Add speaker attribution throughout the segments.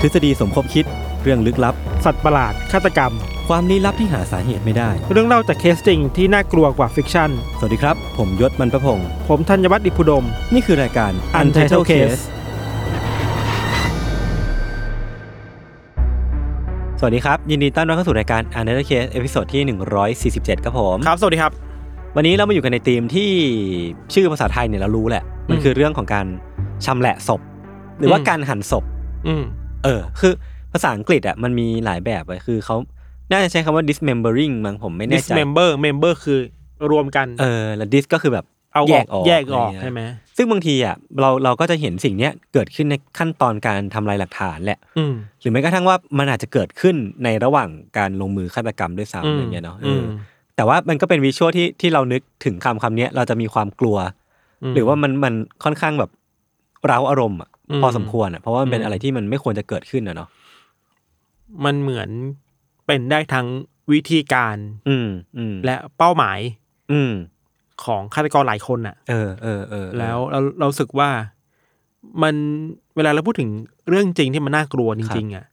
Speaker 1: ทฤษฎีสมคบคิด เรื่องลึกลับ
Speaker 2: สัตว์ประหลาด ฆาตกรรม
Speaker 1: ความลี้ลับที่หาสาเหตุไม่ได้
Speaker 2: เรื่องเล่าจากเคสจริงที่น่ากลัวกว่าฟิกชั่น
Speaker 1: สวัสดีครับ ผมยศมันประพงศ์
Speaker 2: ผมธัญวัฒน์อิพุดม
Speaker 1: นี่คือรายการ
Speaker 2: Untitled Case
Speaker 1: สวัสดีครับ ยินดีต้อนรับเข้าสู่รายการ Untitled Case เอพิโซดที่ 147 ครับผม
Speaker 2: ครับ สวัสดีครับ
Speaker 1: วันนี้เรามาอยู่กันในธีมที่ชื่อภาษาไทยเนี่ยเรารู้แหละ มัน
Speaker 2: อืม
Speaker 1: คือเรื่องของการชำแหละศพ หรือว่า
Speaker 2: อืม
Speaker 1: การหั่นศพ
Speaker 2: อืม
Speaker 1: เออ คือภาษาอังกฤษอ่ะมันมีหลายแบบเลยคือเขาน่าจะใช้คำว่า dismembering มั้งผมไม่แน่ใจ
Speaker 2: dismember member คือรวมกัน
Speaker 1: เออแล้ว dis ก็คือแบบ
Speaker 2: เอาอ
Speaker 1: แย
Speaker 2: อก
Speaker 1: กออก
Speaker 2: แยกออก
Speaker 1: ะรเงี้ย
Speaker 2: ใช่ไหม
Speaker 1: ซึ่งบางทีอ่ะเราเราก็จะเห็นสิ่งเนี้ยเกิดขึ้นในขั้นตอนการทำลายหลักฐานแหละ
Speaker 2: อืม
Speaker 1: หรือแม้กระทั่งว่ามันอาจจะเกิดขึ้นในระหว่างการลงมือฆาตกรรมด้วย
Speaker 2: อื
Speaker 1: ซ้ำ
Speaker 2: ม
Speaker 1: อย่างเงี้ยเนาะเอออ
Speaker 2: ม
Speaker 1: แต่ว่ามันก็เป็นวิชวลที่ที่เรานึกถึงคำคำเนี้ยเราจะมีความกลัว
Speaker 2: ม
Speaker 1: หรือว่ามันมันค่อนข้างแบบเร้าอารมณ์อะ
Speaker 2: อืม
Speaker 1: พอสมควรอะเพราะว่ามันเป็น
Speaker 2: อืม
Speaker 1: อะไรที่มันไม่ควรจะเกิดขึ้นอะเนาะ
Speaker 2: มันเหมือนเป็นได้ทั้งวิธีการ
Speaker 1: อืมอืม
Speaker 2: และเป้าหมาย
Speaker 1: อืม
Speaker 2: ของฆาตกรหลายคนน่ะ
Speaker 1: เออเออเออเออ
Speaker 2: แล้วเราเรารู้สึกว่ามันเวลาเราพูดถึงเรื่องจริงที่มันน่ากลัวจริง ๆอ่ะ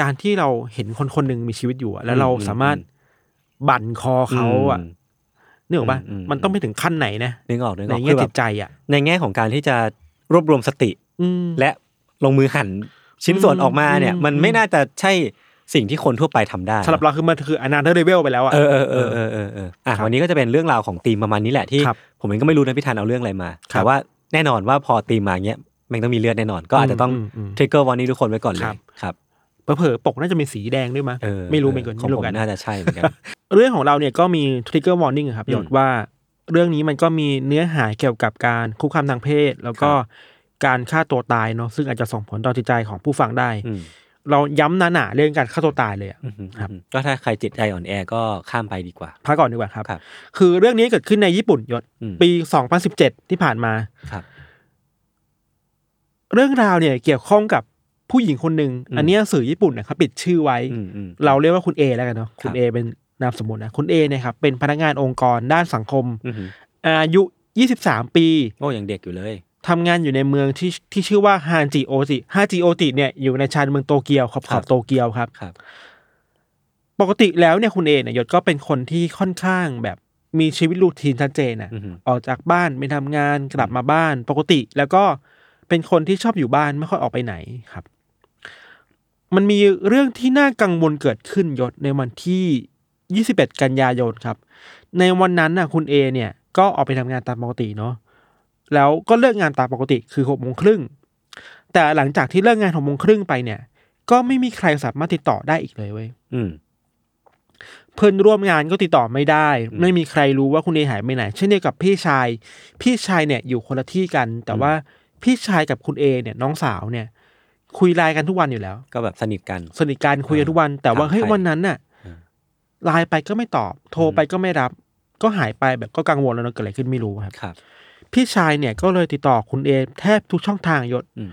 Speaker 2: การที่เราเห็นคนคนหนึ่งมีชีวิตอยู่อะแล้วเราสามารถบั่นคอเขาอ่ะ
Speaker 1: ม
Speaker 2: นึกออกปะ
Speaker 1: อืมอืม
Speaker 2: มันต้องไปถึงขั้นไหนนะ
Speaker 1: นึกออกนึกอ
Speaker 2: ใน
Speaker 1: อก
Speaker 2: แง่
Speaker 1: คือแบ
Speaker 2: จิ
Speaker 1: บ
Speaker 2: ตใจอ่ะ
Speaker 1: ในแง่ของการที่จะรวบรวมสติ
Speaker 2: อืม
Speaker 1: และลงมือหั่นชิ้นส่วนออกมาเนี่ย
Speaker 2: อืม
Speaker 1: มันไม่
Speaker 2: อืม
Speaker 1: น่าจะใช่สิ่งที่คนทั่วไปทำได้
Speaker 2: สำหรับเราคือมันคืออนาเธอร์เลเวลไปแล้วอ่ะ
Speaker 1: เออเออเออเออเออเอออ่ะ
Speaker 2: ครับ
Speaker 1: วันนี้ก็จะเป็นเรื่องราวของธีมประมาณนี้แหละที่
Speaker 2: ครับ
Speaker 1: ผมเองก็ไม่รู้นะพี่ธันเอาเรื่องอะไรมา
Speaker 2: ครับ
Speaker 1: แต่ว่าแน่นอนว่าพอธีมมาเงี้ยมันต้องมีเลือดแน่นอน ก็อาจจะต้อง
Speaker 2: อืมอืมอืม
Speaker 1: ทริกเกอร์วันนี้ทุกคนไว้ก่อนเล
Speaker 2: ครั
Speaker 1: ย
Speaker 2: บ
Speaker 1: ครับ
Speaker 2: เผลอๆปกน่าจะมีสีแดงด้วยมั้ย
Speaker 1: เออ
Speaker 2: ไม่รู้เหมือนกัน
Speaker 1: ของ
Speaker 2: ไม่รู้
Speaker 1: ผ
Speaker 2: เห
Speaker 1: ม
Speaker 2: มือนกัน
Speaker 1: น่าจะใช่เหมือนกัน
Speaker 2: เรื่องของเราเนี่ยก็มี trigger warning อะครับ
Speaker 1: อืม
Speaker 2: หยดว่าเรื่องนี้มันก็มีเนื้อหาเกี่ยวกับการคุกคามทางเพศ แล้วก็การฆ่าตัวตายเนาะซึ่งอาจจะส่งผลต่อจิตใจของผู้ฟังได้
Speaker 1: อืม
Speaker 2: เราย้ำหนาๆเรื่องการฆ่าตัวตายเลยอะ ครับ
Speaker 1: อืมก็ถ้าใครจิตใจอ่อนแอก็ข้ามไปดีกว่า
Speaker 2: พักก่อนดีกว่าครับ
Speaker 1: ครับ
Speaker 2: คือเรื่องนี้เกิดขึ้นในญี่ปุ่นหยศ
Speaker 1: อืม
Speaker 2: ปี 2017 ที่ผ่านมา
Speaker 1: ครับ
Speaker 2: เรื่องราวเนี่ยเกี่ยวข้องกับผู้หญิงคนหนึ่ง
Speaker 1: อืม
Speaker 2: อันเนี้ยสื่อญี่ปุ่นเนี่ยเขาปิดชื่อไว้
Speaker 1: อืมอืม
Speaker 2: เราเรียกว่าคุณเอแล้วกันเนาะคุณ
Speaker 1: ครับ
Speaker 2: เอเป็นนามสมมตินะคุณเอเนี่ยครับเป็นพนักงานองค์กรด้านสังคม
Speaker 1: อืมอืม
Speaker 2: อายุ 23 ปี
Speaker 1: โอ้ยังเด็กอยู่เลย
Speaker 2: ทำงานอยู่ในเมืองที่ที่ชื่อว่าฮานจิโอจิฮานจิโอจิเนี่ยอยู่ในชานเมืองโตเกียวขอบขอบโตเกียวครับ
Speaker 1: ครับ
Speaker 2: ปกติแล้วเนี่ยคุณเอเนี่ยยศก็เป็นคนที่ค่อนข้างแบบมีชีวิตรูทีนชัดเจนนะ
Speaker 1: อือฮึ
Speaker 2: ออกจากบ้านไปทำงานกลับมาบ้านปกติแล้วก็เป็นคนที่ชอบอยู่บ้านไม่ค่อยออกไปไหนครับ มันมีเรื่องที่น่ากังวลเกิดขึ้นยศในวันที่ 21 กันยายนครับ ในวันนั้นน่ะคุณเอเนี่ย ก็ออกไปทำงานตามปกติเนาะแล้วก็เลิกงานตามปกติคือหกโมงครึ่งแต่หลังจากที่เลิกงานหกโมงครึ่งไปเนี่ย ก็ไม่มีใครสามารถติดต่อได้อีกเลยเว้ย
Speaker 1: อืม
Speaker 2: เพื่อนร่วมงานก็ติดต่อไม่ได้
Speaker 1: อืม
Speaker 2: ไม่มีใครรู้ว่าคุณเอหายไปไหน เช่นเดียวกับพี่ชาย พี่ชายเนี่ยอยู่คนละที่กัน แต่ว่าพี่ชายกับคุณเอเนี่ยน้องสาวเนี่ย คุยไลน์กันทุกวันอยู่แล้ว
Speaker 1: ก็แบบสนิทกัน
Speaker 2: สนิทกันคุยกันทุกวัน แต่ว่า
Speaker 1: ถาม
Speaker 2: เฮ้ย
Speaker 1: ใคร
Speaker 2: วันนั้นน่ะ
Speaker 1: อืม
Speaker 2: ไลน์ไปก็ไม่ตอบ โทรไปก็ไม่รับ ก็หายไปแบบก็กังวลแล้วเนอะเกิดอะไรขึ้นไม่รู้ครับ
Speaker 1: ครับ
Speaker 2: พี่ชายเนี่ยก็เลยติดต่อคุณเอแทบทุกช่องทางยศ
Speaker 1: อืม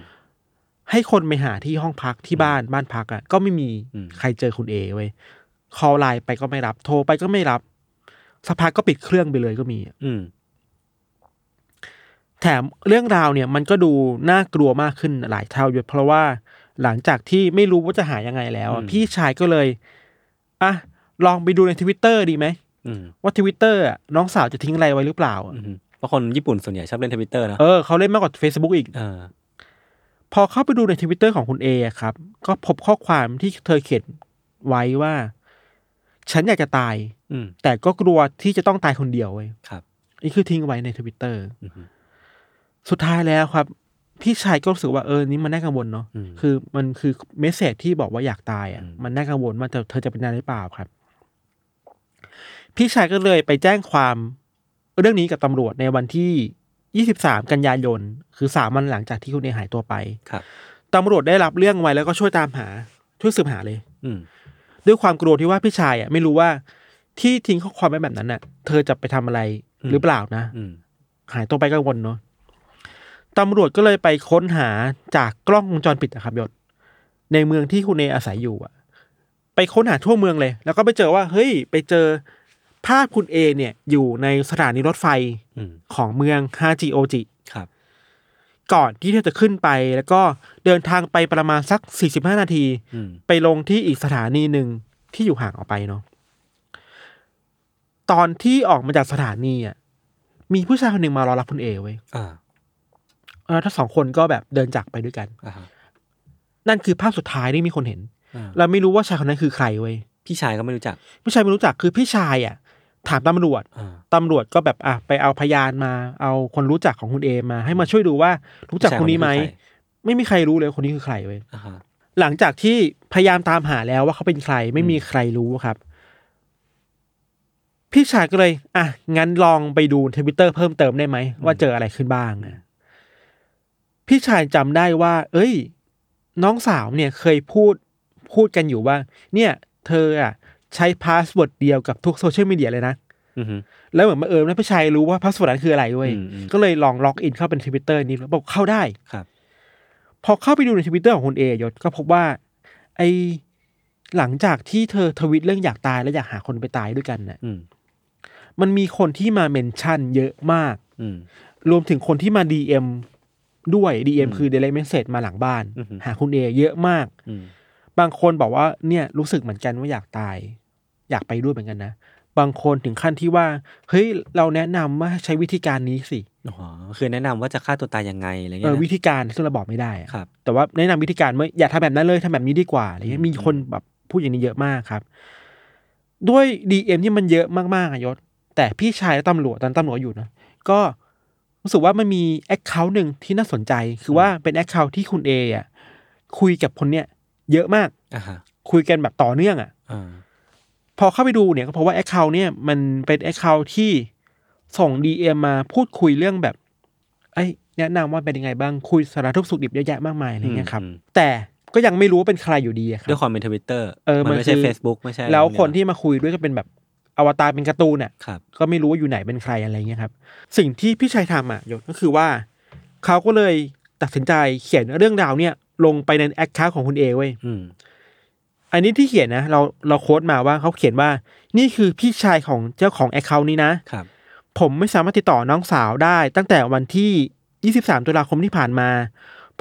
Speaker 2: ให้คนไปหาที่ห้องพักที่บ้านบ้านพักอ่ะก็ไม่มี
Speaker 1: อืม
Speaker 2: ใครเจอคุณเอเว้ยคอลไลน์ไปก็ไม่รับ โทรไปก็ไม่รับสักพักก็ปิดเครื่องไปเลยก็มี
Speaker 1: อืม
Speaker 2: แถมเรื่องราวเนี่ยมันก็ดูน่ากลัวมากขึ้นหลายเท่าอยู่เพราะว่าหลังจากที่ไม่รู้ว่าจะหายังไงแล้วอะ
Speaker 1: อืม
Speaker 2: พี่ชายก็เลยอ่ะลองไปดูในทวิตเตอร์ดีไหม
Speaker 1: อืม
Speaker 2: ว่าทวิตเตอร์น้องสาวจะทิ้งอะไรไว้หรือเปล่าอะ
Speaker 1: อืมเพราะคนญี่ปุ่นส่วนใหญ่ชอบเล่นทวิตเตอร์นอะ
Speaker 2: เออเขาเล่นมากกว่า Facebook อีก
Speaker 1: เออ
Speaker 2: พอเข้าไปดูในทวิตเตอร์ของคุณเออะครับ ก็พบข้อความที่เธอเขียนไว้ว่า ฉันอยากจะตาย
Speaker 1: อืม
Speaker 2: แต่ก็กลัวที่จะต้องตายคนเดียวเว้ย
Speaker 1: ครับ
Speaker 2: นี่คือทิ้งไว้ในทวิตเตอร์
Speaker 1: อือฮึ
Speaker 2: สุดท้ายแล้วครับ พี่ชายก็รู้สึกว่าเออนี่มันน่ากังวลเนาะ
Speaker 1: อืม
Speaker 2: คือมันคือเมสเซจที่บอกว่าอยากตายอ่ะ
Speaker 1: อืม
Speaker 2: มันน่ากังวลว่าเธอเธอจะเป็นนายหรือเปล่าครับ พี่ชายก็เลยไปแจ้งความเรื่องนี้กับตำรวจในวันที่ 23 กันยายน คือสามวันหลังจากที่คุณเอหายตัวไป
Speaker 1: ครับ
Speaker 2: ตำรวจได้รับเรื่องไว้แล้วก็ช่วยตามหา ช่วยสืบหาเลย
Speaker 1: อืม
Speaker 2: ด้วยความกลัวที่ว่าพี่ชายอ่ะไม่รู้ว่าที่ทิ้งข้อความไว้แบบนั้นน่ะ เธอจะไปทำอะไร
Speaker 1: อืม
Speaker 2: หรือเปล่านะ
Speaker 1: อืม
Speaker 2: หายตัวไปกังวลเนาะตำรวจก็เลยไปค้นหาจากกล้องวงจรปิดอะครับยศ ในเมืองที่คุณเออาศัยอยู่อะไปค้นหาทั่วเมืองเลย แล้วก็ไปเจอว่า เฮ้ย ไปเจอภาพคุณเอเนี่ย อยู่ในสถานีรถไฟ
Speaker 1: อืม
Speaker 2: ของเมืองฮาจิโอจิ
Speaker 1: ครับ
Speaker 2: ก่อนที่เธอจะขึ้นไป แล้วก็เดินทางไปประมาณสัก 45 นาที
Speaker 1: อืม
Speaker 2: ไปลงที่อีกสถานีหนึ่งที่อยู่ห่างออกไปเนาะ ตอนที่ออกมาจากสถานีอ่ะ มีผู้ชายคนหนึ่งมารอรับคุณเอไว้ย
Speaker 1: อ่า
Speaker 2: เออถ้าสองคนก็แบบเดินจากไปด้วยกัน
Speaker 1: อ่าฮะ
Speaker 2: นั่นคือภาพสุดท้ายที่มีคนเห็น
Speaker 1: อ่า
Speaker 2: เราไม่รู้ว่าชายคนนั้นคือใครเว้ย
Speaker 1: พี่ชายก็ไม่รู้จัก
Speaker 2: ผู้ชายไม่รู้จักคือพี่ชายอ่ะ ถามตำรวจ
Speaker 1: อ่า
Speaker 2: ตำรวจก็แบบอ่ะไปเอาพยานมา เอาคนรู้จักของคุณเอมา ให้มาช่วยดูว่ารู้จักคนนี้ไหม ไม่มีใครรู้เลยว่าคนนี้คือใครเว้ย
Speaker 1: อ่าฮะ
Speaker 2: หลังจากที่พยายามตามหาแล้วว่าเขาเป็นใครไม่มีใครรู้ครับ พี่ชายก็เลย อ่ะ งั้นลองไปดูทวิตเตอร์เพิ่มเติมได้ไหม ว่าเจออะไรขึ้นบ้างนะพี่ชายจำได้ว่า เอ้ย น้องสาวเนี่ยเคยพูดพูดกันอยู่ว่า เนี่ย เธออ่ะ ใช้พาสเวิร์ดเดียวกับทุกโซเชียลมีเดียเลยนะ
Speaker 1: อืม
Speaker 2: แล้วเหมือนบังเอิญว่าพี่ชายรู้ว่าพาสเวิร์ดนั้นคืออะไรเว้ย
Speaker 1: อืมอืม
Speaker 2: ก็เลยลองล็อกอินเข้าเป็นทวิตเตอร์นี้แล้วบอกเข้าได้
Speaker 1: ครับ
Speaker 2: พอเข้าไปดูในทวิตเตอร์ของคุณเอยศก็พบว่า ไอหลังจากที่เธอทวิตเรื่องอยากตายและอยากหาคนไปตายด้วยกันน่ะ
Speaker 1: อืม
Speaker 2: มันมีคนที่มาเมนชั่นเยอะมาก
Speaker 1: อืม
Speaker 2: รวมถึงคนที่มา DM ด้วย DM
Speaker 1: อืม
Speaker 2: คือ direct message มาหลังบ้าน
Speaker 1: อือหือ
Speaker 2: หาคุณเอเยอะมาก
Speaker 1: อืม
Speaker 2: บางคนบอกว่าเนี่ยรู้สึกเหมือนกันว่าอยากตาย อยากไปด้วยเหมือนกันนะ บางคนถึงขั้นที่ว่า เฮ้ย เราแนะนำว่าให้ใช้วิธีการนี้สิ
Speaker 1: อ๋อ คือแนะนำว่าจะฆ่าตัวตายยังไงอะไร
Speaker 2: เอ
Speaker 1: เงี้ย
Speaker 2: อ
Speaker 1: นะ
Speaker 2: วิธีการซึ่งเราบอกไม่ได้อะ
Speaker 1: ครับ
Speaker 2: แต่ว่าแนะนำวิธีการว่าอย่าทำแบบนั้นเลยทำแบบนี้ดีกว่าอะไรเงี้ย
Speaker 1: อืม
Speaker 2: มีคนแบบพูดอย่างนี้เยอะมากครับ ด้วยดีเอ็มที่มันเยอะมากๆอะยศ แต่พี่ชายและตำรวจตอนนนตำรวจอยู่นะก็รู้สึกว่ามันมีแอคเคาท์หนึ่งที่น่าสนใจ คือว่าเป็นแอคเคาท์ที่คุณเออ่ะคุยกับคนเนี้ยเยอะมาก
Speaker 1: อ่าฮะ
Speaker 2: คุยกันแบบต่อเนื่องอ่ะ
Speaker 1: อ่า
Speaker 2: พอเข้าไปดูเนี่ยก็พบว่าแอคเคาท์เนี่ยมันเป็นแอคเคาท์ที่ส่งดีเอ็มมาพูดคุยเรื่องแบบไอ้ยแนะนำว่าเป็นยังไงบ้างคุยสารทุกข์สุขดิบเยอะแยะมากมายอะไรเงี้ยครับ
Speaker 1: อืม
Speaker 2: แต่ก็ยังไม่รู้ว่าเป็นใครอยู่ดีอะครั
Speaker 1: ด้วย
Speaker 2: บ
Speaker 1: ความเป็นทวิตเตอร์
Speaker 2: เออ
Speaker 1: มัน
Speaker 2: มัน
Speaker 1: ไม่
Speaker 2: คื
Speaker 1: ใช่
Speaker 2: อ
Speaker 1: Facebook ไม่ใช่อะไร
Speaker 2: แล้ว
Speaker 1: พก
Speaker 2: คนที่มาคุยด้วยก็เป็นแบบอวตารเป็นการ์ตูนน่ะ
Speaker 1: ครับ
Speaker 2: ก็ไม่รู้ว่าอยู่ไหนเป็นใครอะไรเงี้ยครับ สิ่งที่พี่ชายทำอ่ะยศก็คือว่า เขาก็เลยตัดสินใจเขียนเรื่องราวเนี่ยลงไปในแอคเคาท์ของคุณเอเว้ย
Speaker 1: อืม
Speaker 2: อันนี้ที่เขียนนะเราเราโค้ดมาว่าเขาเขียนว่านี่คือพี่ชายของเจ้าของแอคเคาท์นี้นะ
Speaker 1: ครับ
Speaker 2: ผมไม่สามารถติดต่อน้องสาวได้ ตั้งแต่วันที่ 23 ตุลาคมที่ผ่านมา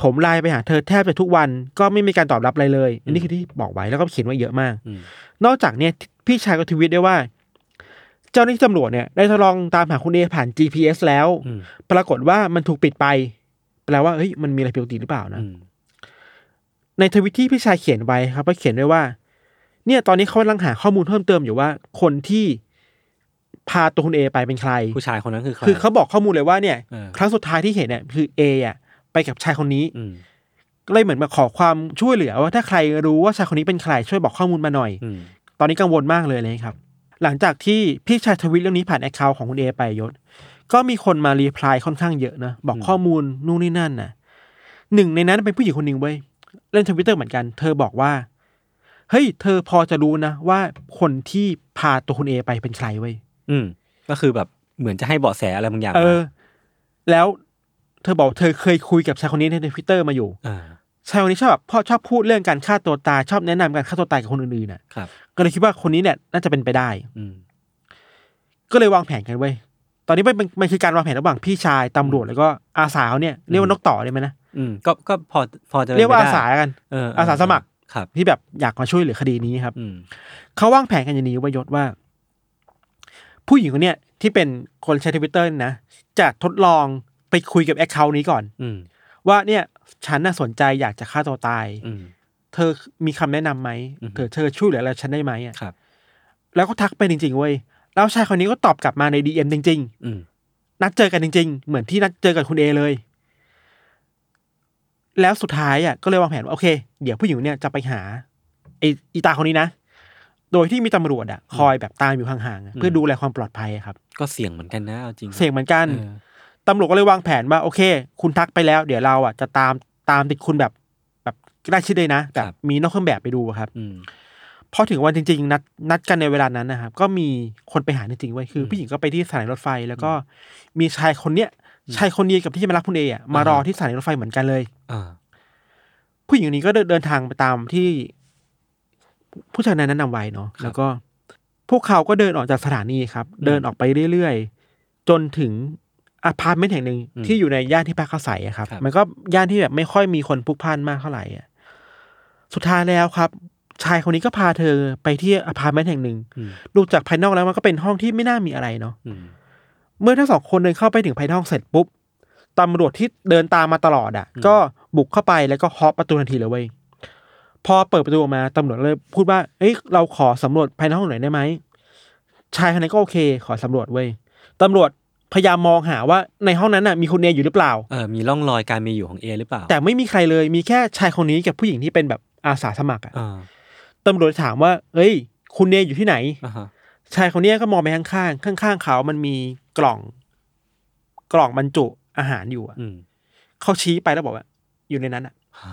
Speaker 2: ผมไลน์ไปหาเธอแทบจะทุกวัน ก็ไม่มีการตอบรับอะไรเลย อันนี้คือที่บอกไว้แล้วก็เขียนไว้เยอะมาก
Speaker 1: อืม
Speaker 2: นอกจากเนี่ยพี่ชายก็ทวิตได้วยว่า เจ้าหน้าที่ตำรวจเนี่ยได้ทดลองตามหาคุณเอผ่าน GPS แล้ว
Speaker 1: อืม
Speaker 2: ปรากฏว่ามันถูกปิดไป แปลว่าเฮ้ยมันมีอะไรผิดปกติหรือเปล่านะ
Speaker 1: อืม
Speaker 2: ในทวิตที่พี่ชายเขียนไว้ครับก็เขียนไว้ว่า เนี่ยตอนนี้เขากำลังหาข้อมูลเพิ่มเติมอยู่ว่า คนที่พาตัวคุณเอไปเป็นใคร
Speaker 1: ผู้ชายคนนั้นคือใคร
Speaker 2: คือเขาบอกข้อมูลเลยว่าเนี่ย
Speaker 1: เออ
Speaker 2: ครั้งสุดท้ายที่เห็นเนี่ยคือเออ่ะไปกับชายคนนี้
Speaker 1: อืม
Speaker 2: ก็เลยเหมือนมาขอความช่วยเหลือว่าถ้าใครรู้ว่าชายคนนี้เป็นใครช่วยบอกข้อมูลมาหน่อย
Speaker 1: อืม
Speaker 2: ตอนนี้กังวลมากเลยเลยครับ หลังจากที่พี่ชายทวิตเรื่องนี้ผ่านแอคเคาท์ของคุณเอไปยศ ก็มีคนมารีプライค่อนข้างเยอะนะ บอก
Speaker 1: อืม
Speaker 2: ข้อมูลนู่นนี่นั่นนะหนึ่งในนั้นเป็นผู้หญิงคนหนึ่งเว้ยเล่นทวิตเตอร์เหมือนกัน เธอบอกว่า เฮ้ย เธอพอจะรู้นะ ว่าคนที่พาตัวคุณเอไปเป็นใครเว้ย
Speaker 1: อืม ก็คือแบบเหมือนจะให้เบาะแสอะไรบางอย่าง
Speaker 2: เออ
Speaker 1: มา
Speaker 2: แล้วเธอบอกเธอเคยคุยกับชายคนนี้ในทวิตเตอร์มาอยู่
Speaker 1: อ่า
Speaker 2: ชายคนนี้ชอบแบบพ่อชอบพูดเรื่องการฆ่าตัวตายชอบแนะนำการฆ่าตัวตายกับคนอื่นๆน่ะ
Speaker 1: ครับ
Speaker 2: ก็เลยคิดว่าคนนี้เนี่ยน่าจะเป็นไปได้
Speaker 1: อืม
Speaker 2: ก็เลยวางแผนกันเว้ย ตอนนี้มันเป็นมันคือการวางแผนระหว่างพี่ชายตำรวจแล้วก็อาสาวเนี่ยเรียกว่านกต่อได้ไหมนะ
Speaker 1: อืม ก็ ก็พอ พอจะป็น
Speaker 2: เรียกว่า
Speaker 1: ไป
Speaker 2: อา
Speaker 1: ได้
Speaker 2: สากัน
Speaker 1: เออเ
Speaker 2: อาสาสมัคร
Speaker 1: ครับ
Speaker 2: ที่แบบอยากมาช่วยเหลือคดีนี้ครับ
Speaker 1: อืม
Speaker 2: เขาวางแผนกันอย่างนี้ไวยศว่า ผู้หญิงคนเนี้ยที่เป็นคนใช้ทวิตเตอร์นะจะทดลองไปคุยกับแอคเคาท์นี้ก่อน
Speaker 1: อืม
Speaker 2: ว่าเนี่ย ฉันน่ะสนใจอยากจะฆ่าตัวตาย
Speaker 1: อืม
Speaker 2: เธอมีคำแนะนำไหม
Speaker 1: อือฮึ
Speaker 2: เธอเธอช่วยเหลืออะไรฉันได้ไหมอ่ะ
Speaker 1: ครับ
Speaker 2: แล้วก็ทักไปจริงๆเว้ย แล้วชายคนนี้ก็ตอบกลับมาในดีเอ็มจริง
Speaker 1: อืม
Speaker 2: ๆ นัดเจอกันจริง ๆ เหมือนที่นัดเจอกับคุณเอเลย แล้วสุดท้ายอ่ะก็เลยวางแผนว่าโอเค เดี๋ยวผู้หญิงเนี่ยจะไปหาไออีตาคนนี้นะ โดยที่มีตำรวจอ่ะคอยแบบตามอยู่ห่างๆอะ
Speaker 1: อืม
Speaker 2: เพื่อดูแลความปลอดภัยอะครับ
Speaker 1: ก็เสี่ยงเหมือนกันนะเอาจริง
Speaker 2: เสี่ยงเหมือนกัน
Speaker 1: เออ
Speaker 2: ตำรวจก็เลยวางแผนว่าโอเค คุณทักไปแล้ว เดี๋ยวเราอ่ะจะตามตามติดคุณแบบแบบใกล้ชิดเลยนะแบบมีนอกเครื่องแบบไปดูอะครับ
Speaker 1: อืม
Speaker 2: พอถึงวันจริง ๆ นัดนัดกันในเวลานั้นนะครับ ก็มีคนไปหาจริงๆไว้ยคืออ
Speaker 1: ม
Speaker 2: ผู้หญิงก็ไปที่สถานีรถไฟ แล้วก็มีชายคนเนี้ยชายคนเดียวกับที่จะมารับคุณเออะมารออา ที่สถานีรถไฟเหมือนกันเลย
Speaker 1: อ่า
Speaker 2: ผู้หญิงคนนี้ก็เดินเดินทางไปตามที่ ผู้ชายนั้นแนะนำไว้เนาะ
Speaker 1: ครับ
Speaker 2: แล้วก็ พวกเขาก็เดินออกจากสถานีครับ เดินออกไปเรื่อยๆ จนถึงอพาร์ตเมนต์แห่งหนึ่ง
Speaker 1: อืม
Speaker 2: ที่อยู่ในย่านที่พักอาศัยอะครับ
Speaker 1: ครับ
Speaker 2: มันก็ย่านที่แบบไม่ค่อยมีคนพลุกพล่านมากเท่าไหร่อะสุดท้ายแล้วครับ ชายคนนี้ก็พาเธอไปที่อพาร์ตเมนต์แห่งหนึ่ง
Speaker 1: อืม
Speaker 2: ดูจากภายนอกแล้วมันก็เป็นห้องที่ไม่น่ามีอะไรเนาะ
Speaker 1: อืม
Speaker 2: เมื่อทั้งสองคนเดินเข้าไปถึงภายในห้องเสร็จปุ๊บตำรวจที่เดินตามมาตลอดอะก็บุกเข้าไปแล้วก็เคาะประตูทันทีเลยเว้ยพอเปิดประตูออกมาตำรวจเลยพูดว่า เอ้ยเราขอสำรวจภายในห้องหน่อยได้ไหมชายคนนั้นก็โอเค ขอสำรวจเว้ยตำรวจพยายามมองหาว่าในห้องนั้นน่ะมีคุณเนยอยู่หรือเปล่า
Speaker 1: เออมีร่องรอยการมีอยู่ของเอหรือเปล่า
Speaker 2: แต่ไม่มีใครเลยมีแค่ชายคนนี้กับผู้หญิงที่เป็นแบบอาสาสมัครอะ
Speaker 1: อ่า
Speaker 2: ตำรวจถามว่า เอ้ย คุณเนยอยู่ที่ไหน
Speaker 1: อ่าฮะ
Speaker 2: ชายคนเนี้ยก็มองไปข้างๆ ข้างๆ เขา มันมีกล่อง กล่องบรรจุอาหารอยู่อะ
Speaker 1: อืม
Speaker 2: เขาชี้ไปแล้วบอกว่า อยู่ในนั้นอะ
Speaker 1: ฮะ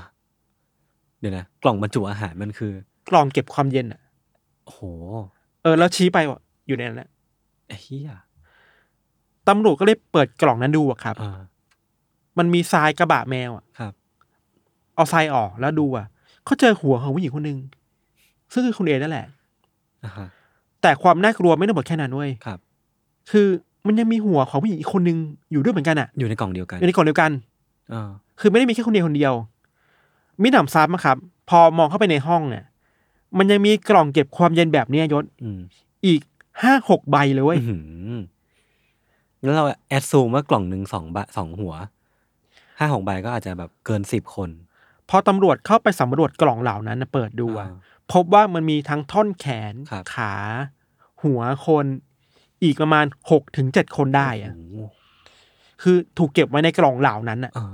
Speaker 1: เดี๋ยวนะ กล่องบรรจุอาหารมันคือ
Speaker 2: กล่องเก็บความเย็นอะ
Speaker 1: โอ้โห
Speaker 2: เออ แล้วชี้ไปว่าอยู่ในนั้นอะ
Speaker 1: ไอ้เฮีย
Speaker 2: ตำรวจก็เลยเปิดกล่องนั้นดูอะครับ
Speaker 1: อ่า
Speaker 2: มันมีทรายกระบะแมวอะ
Speaker 1: ครับ
Speaker 2: เอาทรายออกแล้วดูอะเขาเจอหัวของผู้หญิงคนหนึ่งซึ่งคือคุณเอนั่นแหละ
Speaker 1: อ่าฮะ
Speaker 2: แต่ความน่ากลัวไม่ได้หมดแค่นั้นเว้ย
Speaker 1: ครับ
Speaker 2: คือมันยังมีหัวของผู้หญิงอีกคนหนึ่งอยู่ด้วยเหมือนกันอะ
Speaker 1: อยู่ในกล่องเดียวกัน
Speaker 2: อยู่ในกล่องเดียวกัน
Speaker 1: อ่า
Speaker 2: คือไม่ได้มีแค่คุณเดียคนเดียว มิหนำซ้ำอะครับ พอมองเข้าไปในห้องเนี่ย มันยังมีกล่องเก็บความเย็นแบบเนี้ยยศ
Speaker 1: อืม
Speaker 2: อีกห้าหกใบเลยเว้ย
Speaker 1: อื้อหือแล้วเราแอดซูมว่ากล่องหนึ่งสองใบสองหัวห้าหกใบก็อาจจะแบบเกินสิบคน
Speaker 2: พอตำรวจเข้าไปสำรวจกล่องเหล่านั้นนะเปิดดูอะ
Speaker 1: อ่า
Speaker 2: พบว่ามันมีทั้งท่อนแขน
Speaker 1: ครับ
Speaker 2: ขา หัวคน อีกประมาณหกถึงเจ็ดคนได้อะ
Speaker 1: โโห
Speaker 2: คือถูกเก็บไว้ในกล่องเหล่านั้นอะ
Speaker 1: อ่า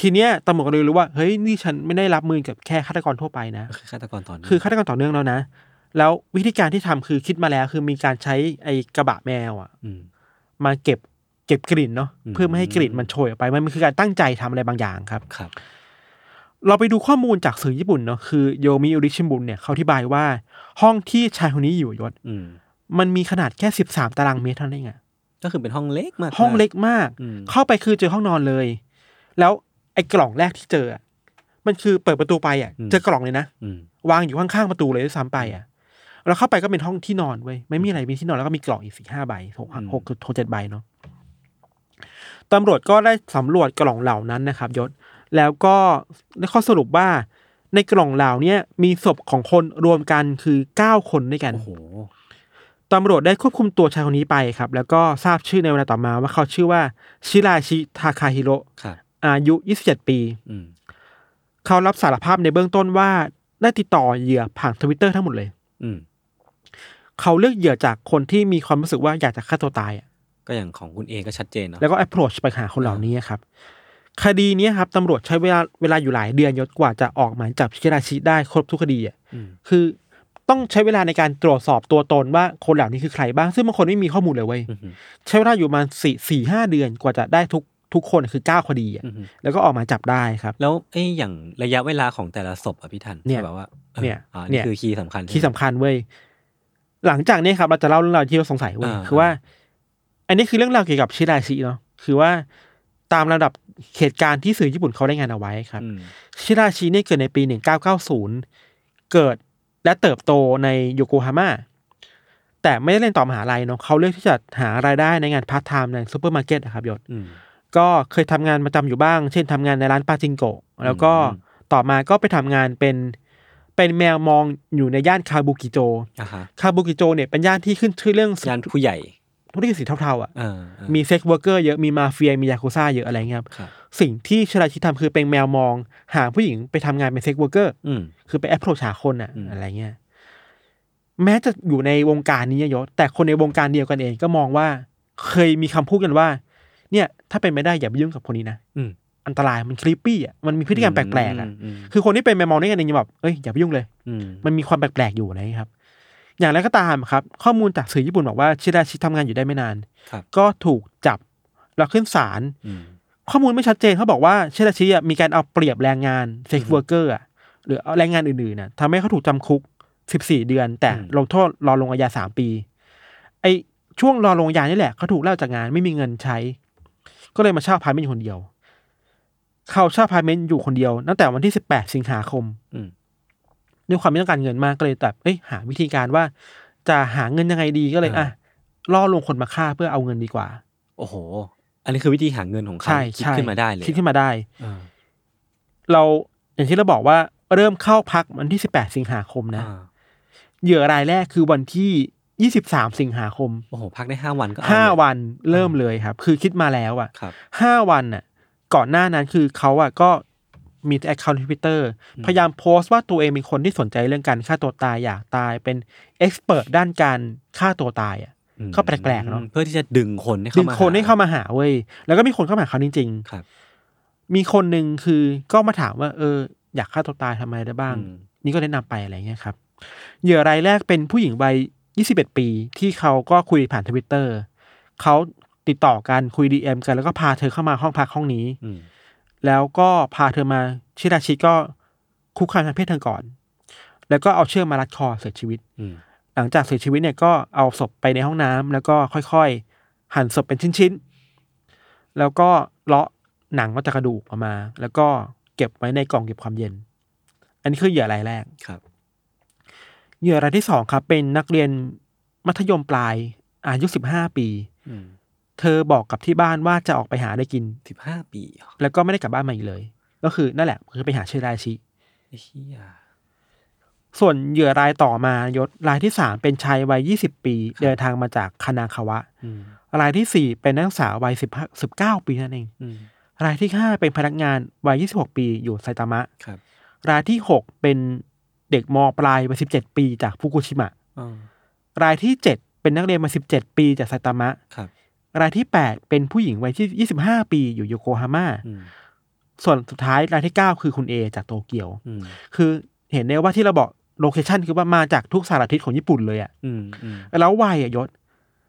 Speaker 2: ทีเนี้ยตำรวจก็เลยรู้ว่าเฮ้ยนี่ฉันไม่ได้รับมือกับแค่ฆาตกรทั่วไปนะ
Speaker 1: คือฆาตกรตอนนี้
Speaker 2: คือฆาตกรต่อเนื่องแล้วนะ แล้ววิธีการที่ทำคือคิดมาแล้ว คือมีการใช้ไอ้กระบะแมวอะ
Speaker 1: อืม
Speaker 2: มาเก็บเก็บกลิ่นเนาะ
Speaker 1: อืม
Speaker 2: เพื่อไม่ให้กลิ่นมันโชยออกไปมันคือการตั้งใจทำอะไรบางอย่างครับ
Speaker 1: ครับ
Speaker 2: เราไปดูข้อมูลจากสื่อญี่ปุ่นเนาะคือโยมิอุริชินบุนเนี่ยเขาอธิบายว่า ห้องที่ชายคนนี้อยู่ยศ
Speaker 1: อืม
Speaker 2: มันมีขนาดแค่ 13 ตารางเมตรเท่านั้นเองอะ
Speaker 1: ก็คือเป็นห้องเล็กมาก
Speaker 2: ห้องเล็กมาก
Speaker 1: อืม
Speaker 2: เข้าไปคือเจอห้องนอนเลย แล้วไอ้กล่องแรกที่เจออะมันคือเปิดประตูไปอะเจอกล่องเลยนะ
Speaker 1: อืม
Speaker 2: วางอยู่ข้างๆประตูเลยด้วยซ้ำไปอะเราเข้าไปก็เป็นห้องที่นอนเว้ยไม่มีอะไรมีที่นอนแล้วก็มีกล่องอีกสี่ห้าใบหกหกหกเจ็ดใบเนาะ ตำรวจก็ได้สำรวจกล่องเหล่านั้นนะครับยศ แล้วก็ได้ข้อสรุปว่า ในกล่องเหล่าเนี้ยมีศพของคนรวมกันคือ 9 คนด้วยกัน
Speaker 1: โอ้โห
Speaker 2: ตำรวจได้ควบคุมตัวชายคนนี้ไปครับ แล้วก็ทราบชื่อในเวลาต่อมาว่าเขาชื่อว่าชิราชิทาคาฮิโร
Speaker 1: ครับ
Speaker 2: อายุ 27 ปี
Speaker 1: อืม
Speaker 2: เขารับสารภาพในเบื้องต้นว่าได้ติดต่อเหยื่อผ่านทวิตเตอร์ทั้งหมดเลย
Speaker 1: อืม
Speaker 2: เขาเลือกเหยื่อจากคนที่มีความรู้สึกว่าอยากจะฆ่าตัวตายอะ
Speaker 1: ก็อย่างของคุณเอก็ชัดเจนเนาะ
Speaker 2: แล้วก็ approach ไปหาคนเหล่านี้ครับ คดีเนี้ยครับตำรวจใช้เวลาเวลาอยู่หลายเดือนยศกว่าจะออกหมายจับชิราชิได้ครบทุกคดีอ่ะ
Speaker 1: อืม
Speaker 2: คือต้องใช้เวลาในการตรวจสอบตัวตนว่าคนเหล่านี้คือใครบ้าง ซึ่งบางคนไม่มีข้อมูลเลยเว้ย
Speaker 1: อืมอืม
Speaker 2: ใช้เวลาอยู่ประมาณสี่สี่ห้าเดือนกว่าจะได้ทุกทุกคนคือเก้าคดีอ่ะ
Speaker 1: อืม
Speaker 2: แล้วก็ออกหมายจับได้ครับ
Speaker 1: แล้วเอ้ยอย่างระยะเวลาของแต่ละศพอ่ะพี่ทัน
Speaker 2: เนี่ย
Speaker 1: ที่แบบว่าออ
Speaker 2: เนี่ย
Speaker 1: อ่า
Speaker 2: เนี่
Speaker 1: นี่
Speaker 2: ย
Speaker 1: คือคีย์สำคัญ
Speaker 2: ที่สำ
Speaker 1: ญ
Speaker 2: คัญเว้ยหลังจากเนี้ยครับ เราจะเล่าเรื่องราวที่เราสงสัยเว้ย
Speaker 1: อ่า
Speaker 2: คือว่า อันนี้คือเรื่องราวเกี่ยวกับชิราชิเนาะคือว่าตามระดับเหตุการณ์ที่สื่อญี่ปุ่นเขาได้งานเอาไว้ครับ
Speaker 1: อืม
Speaker 2: ชิราชิเนี่ยเกิดในปี 1990 เกิดและเติบโตในโยโกฮาม่า แต่ไม่ได้เรียนต่อมหาลัยเนาะเขาเลือกที่จะหารายได้ในงานพาร์ทไทม์ในซูเปอร์มาร์เก็ตนะครับยศ
Speaker 1: อืม
Speaker 2: ก็เคยทำงานประจำอยู่บ้าง เช่นทำงานในร้านปาจิงโกะ แล้วก็
Speaker 1: อืม
Speaker 2: ต่อมาก็ไปทำงานเป็นเป็นแมวมองอยู่ในย่านคาบุกิโจ
Speaker 1: อ่าฮะ
Speaker 2: คาบุกิโจเนี่ยเป็นย่านที่ขึ้นชื่อเรื่อง
Speaker 1: ยานผู้ใหญ่
Speaker 2: ธุรกิจสีเทาๆอ่ะ
Speaker 1: เออเออ
Speaker 2: มีเซ็กเวิร์กเกอร์เยอะมีมาเฟียมียากุซ่าเยอะอะไรเงี้ยครับ
Speaker 1: ครับ
Speaker 2: สิ่งที่ชลาชิตทำคือเป็นแมวมอง หาผู้หญิงไปทำงานเป็นเซ็กเวิร์กเกอร์
Speaker 1: อืม
Speaker 2: คือไปแอปโรชหาคนอ่ะ
Speaker 1: อืม
Speaker 2: อะไรเงี้ยแม้จะอยู่ในวงการนี้ยศแต่คนในวงการเดียวกันเองก็มองว่าเคยมีคำพูดกันว่า เนี่ย ถ้าเป็นไม่ได้อย่าไปยุ่งกับคนนี้นะ
Speaker 1: อืม
Speaker 2: อันตรายมันคลิปปี้อ่ะมันมีพฤติกรรมแปลกๆอ่ะ
Speaker 1: ม
Speaker 2: คือคนที่เป็นแมวมองด้วยกันเองยังแบบเอ้ยอย่าไปยุ่งเลย
Speaker 1: อืม
Speaker 2: มันมีความแปลกๆอยู่อะไรอย่างเงี้ยครับ อย่างไรก็ตามครับ ข้อมูลจากสื่อญี่ปุ่นบอกว่าชิราชิทำงานอยู่ได้ไม่นาน
Speaker 1: ครับ
Speaker 2: ก็ถูกจับแล้วขึ้นศาล
Speaker 1: อืม
Speaker 2: ข้อมูลไม่ชัดเจนเขาบอกว่าเชลชีมีการเอาเปรียบแรงงานเซ็ก
Speaker 1: อืม
Speaker 2: เวอร์เกอร์หรือแรงงานอื่นๆน่ะทำให้เขาถูกจำคุก 14 เดือน แต่
Speaker 1: อืม
Speaker 2: ลงโทษรอลงอาญา 3 ปี ไอช่วงรอลงอาญานี่แหละเขาถูกไล่ออกจากงานไม่มีเงินใช้ ก็เลยมาเช่าอพาร์ทเมนต์อยู่คนเดียว เขาเช่าอพาร์ทเมนต์อยู่คนเดียวตั้งแต่วันที่ 18 สิงหาคม
Speaker 1: อืม
Speaker 2: ด้วยความไม่ต้องการเงินมากก็เลยแบบเอ้ยหาวิธีการว่า จะหาเงินยังไงดีก็เลยอ่ะล่อลวงคนมาฆ่าเพื่อเอาเงินดีกว่า
Speaker 1: โอ้โห อันนี้คือวิธีหาเงินของเขา
Speaker 2: ใช่
Speaker 1: คิด
Speaker 2: ใช่
Speaker 1: ขึ้นมาได้เลย
Speaker 2: คิดขึ้นมาได้
Speaker 1: เออ
Speaker 2: เราอย่างที่เราบอกว่าเริ่มเข้าพักวันที่ 18 สิงหาคมนะ
Speaker 1: อ่า
Speaker 2: เหยื่อรายแรกคือวันที่ 23 สิงหาคม
Speaker 1: โอ้โห พักได้ห้าวันก็เอเลย
Speaker 2: 5 วันเริ่มเลยครับ คือคิดมาแล้วอ่ะ
Speaker 1: ครับ
Speaker 2: ห้าวันน่ะก่อนหน้านั้นคือเขาอ่ะก็มีแอคเคาท์ทวิตเตอร์
Speaker 1: อืม
Speaker 2: พยายามโพสต์ว่าตัวเองเป็นคนที่สนใจเรื่องการฆ่าตัวตายอยากตายเป็นเอ็กซ์เพรสด้านการฆ่าตัวตายอ่ะ
Speaker 1: อืม
Speaker 2: ก็แปลกๆเนอะ
Speaker 1: เพื่อที่จะดึงคนให้เข้า
Speaker 2: ดึง
Speaker 1: มา
Speaker 2: คนให้เข้ามาหาเว้ยแล้วก็มีคนเข้ามาหาเขาจริง
Speaker 1: ครับ
Speaker 2: ๆ มีคนหนึ่งคือก็มาถามว่า เออ อยากฆ่าตัวตายทำอะไรได้บ้าง
Speaker 1: อืม
Speaker 2: นี่ก็แนะนำไปอะไรเงี้ยครับ เหยื่อรายแรกเป็นผู้หญิงวัย 21 ปี ที่เขาก็คุยผ่านทวิตเตอร์เขาติดต่อกันคุย DM กัน แล้วก็พาเธอเข้ามาห้องพักห้องนี้
Speaker 1: อืม
Speaker 2: แล้วก็พาเธอมาชิราชิก็คุกคามทางเพศเธอก่อน แล้วก็เอาเชือกมารัดคอเสียชีวิต
Speaker 1: อืม
Speaker 2: หลังจากเสียชีวิตเนี่ยก็เอาศพไปในห้องน้ำแล้วก็ค่อยๆ หั่นศพเป็นชิ้นๆ แล้วก็เลาะหนังออกจากกระดูกออกมา แล้วก็เก็บไว้ในกล่องเก็บความเย็น อันนี้คือเหยื่อรายแรก
Speaker 1: ครับ
Speaker 2: เหยื่อรายที่สองครับ เป็นนักเรียนมัธยมปลายอายุสิบห้าปี
Speaker 1: อืม
Speaker 2: เธอบอกกับที่บ้านว่าจะออกไปหาได้กิน
Speaker 1: สิบห้าปีเหรอ
Speaker 2: แล้วก็ไม่ได้กลับบ้านมาอีกเลย ก็คือนั่นแหละคือไปหาเชอรายชิ
Speaker 1: ไอ้เหี้ย
Speaker 2: ส่วนเหยื่อรายต่อมายศรายที่สามเป็นชายวัยยี่สิบปี เดินทางมาจากคานาคาวะ
Speaker 1: อืม
Speaker 2: รายที่สี่เป็นนักศึกษาวัยสิบสิบเก้าปีนั่นเอง
Speaker 1: อืม
Speaker 2: รายที่ห้าเป็นพนักงานวัยยี่สิบหกปีอยู่ไซตามะ
Speaker 1: ครับ
Speaker 2: รายที่หกเป็นเด็กมปลายวัยสิบเจ็ดปีจากฟุกุชิมะ
Speaker 1: อ๋อ
Speaker 2: รายที่เจ็ดเป็นนักเรียนมาสิบเจ็ดปีจากไซตามะ
Speaker 1: ครับ
Speaker 2: รายที่ 8 เป็นผู้หญิงวัยที่ 25 ปีอยู่โยโกฮาม่า
Speaker 1: อืม
Speaker 2: ส่วนสุดท้ายรายที่ 9 คือคุณเอจากโตเกียว
Speaker 1: อืม
Speaker 2: คือเห็นได้ว่าที่เราบอกโลเคชันคือว่ามาจากทุกสารทิศของญี่ปุ่นเลยอะ
Speaker 1: อืมอืม
Speaker 2: แล้ววัยอะยศ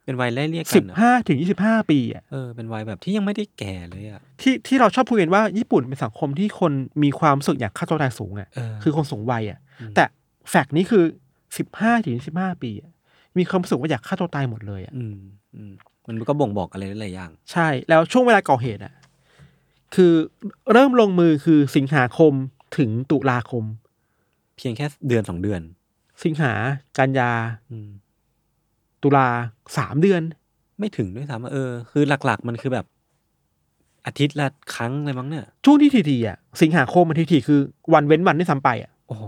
Speaker 1: เป็นวัยไล่เรียกกันเหรอ
Speaker 2: 15 ถึง 25 ปีอะ
Speaker 1: เออเป็นวัยแบบที่ยังไม่ได้แก่เลยอ่ะ
Speaker 2: ที่ที่เราชอบพูดกันว่าญี่ปุ่นเป็นสังคมที่คนมีความรู้สึกอยากฆ่าตัวตายสูงอะ
Speaker 1: เออ
Speaker 2: คือคนสูงวัยอะ
Speaker 1: ม
Speaker 2: แต่แฟกต์นี้คือ 15 ถึง 25 ปีอะมีความรู้สึกว่าอยากฆ่าตัวตายหมดเลยอะ
Speaker 1: อืมอืมมันก็บ่งบอกอะไรหลายๆอย่าง
Speaker 2: ใช่ แล้วช่วงเวลาก่อเหตุอ่ะ คือเริ่มลงมือคือสิงหาคมถึงตุลาคม
Speaker 1: เพียงแค่เดือนสองเดือน
Speaker 2: สิงหากันยา
Speaker 1: อืม
Speaker 2: ตุลาสามเดือน
Speaker 1: ไม่ถึงด้วยซ้ำอะเออ คือหลักๆ มันคือแบบ อาทิตย์ละครั้งเลยมั้งเนี่ย
Speaker 2: ช่วงที่ทีทีอ่ะ สิงหาคมมันทีทีคือวันเว้นวันที่ซ้ำไปอ่ะ
Speaker 1: โอ้โห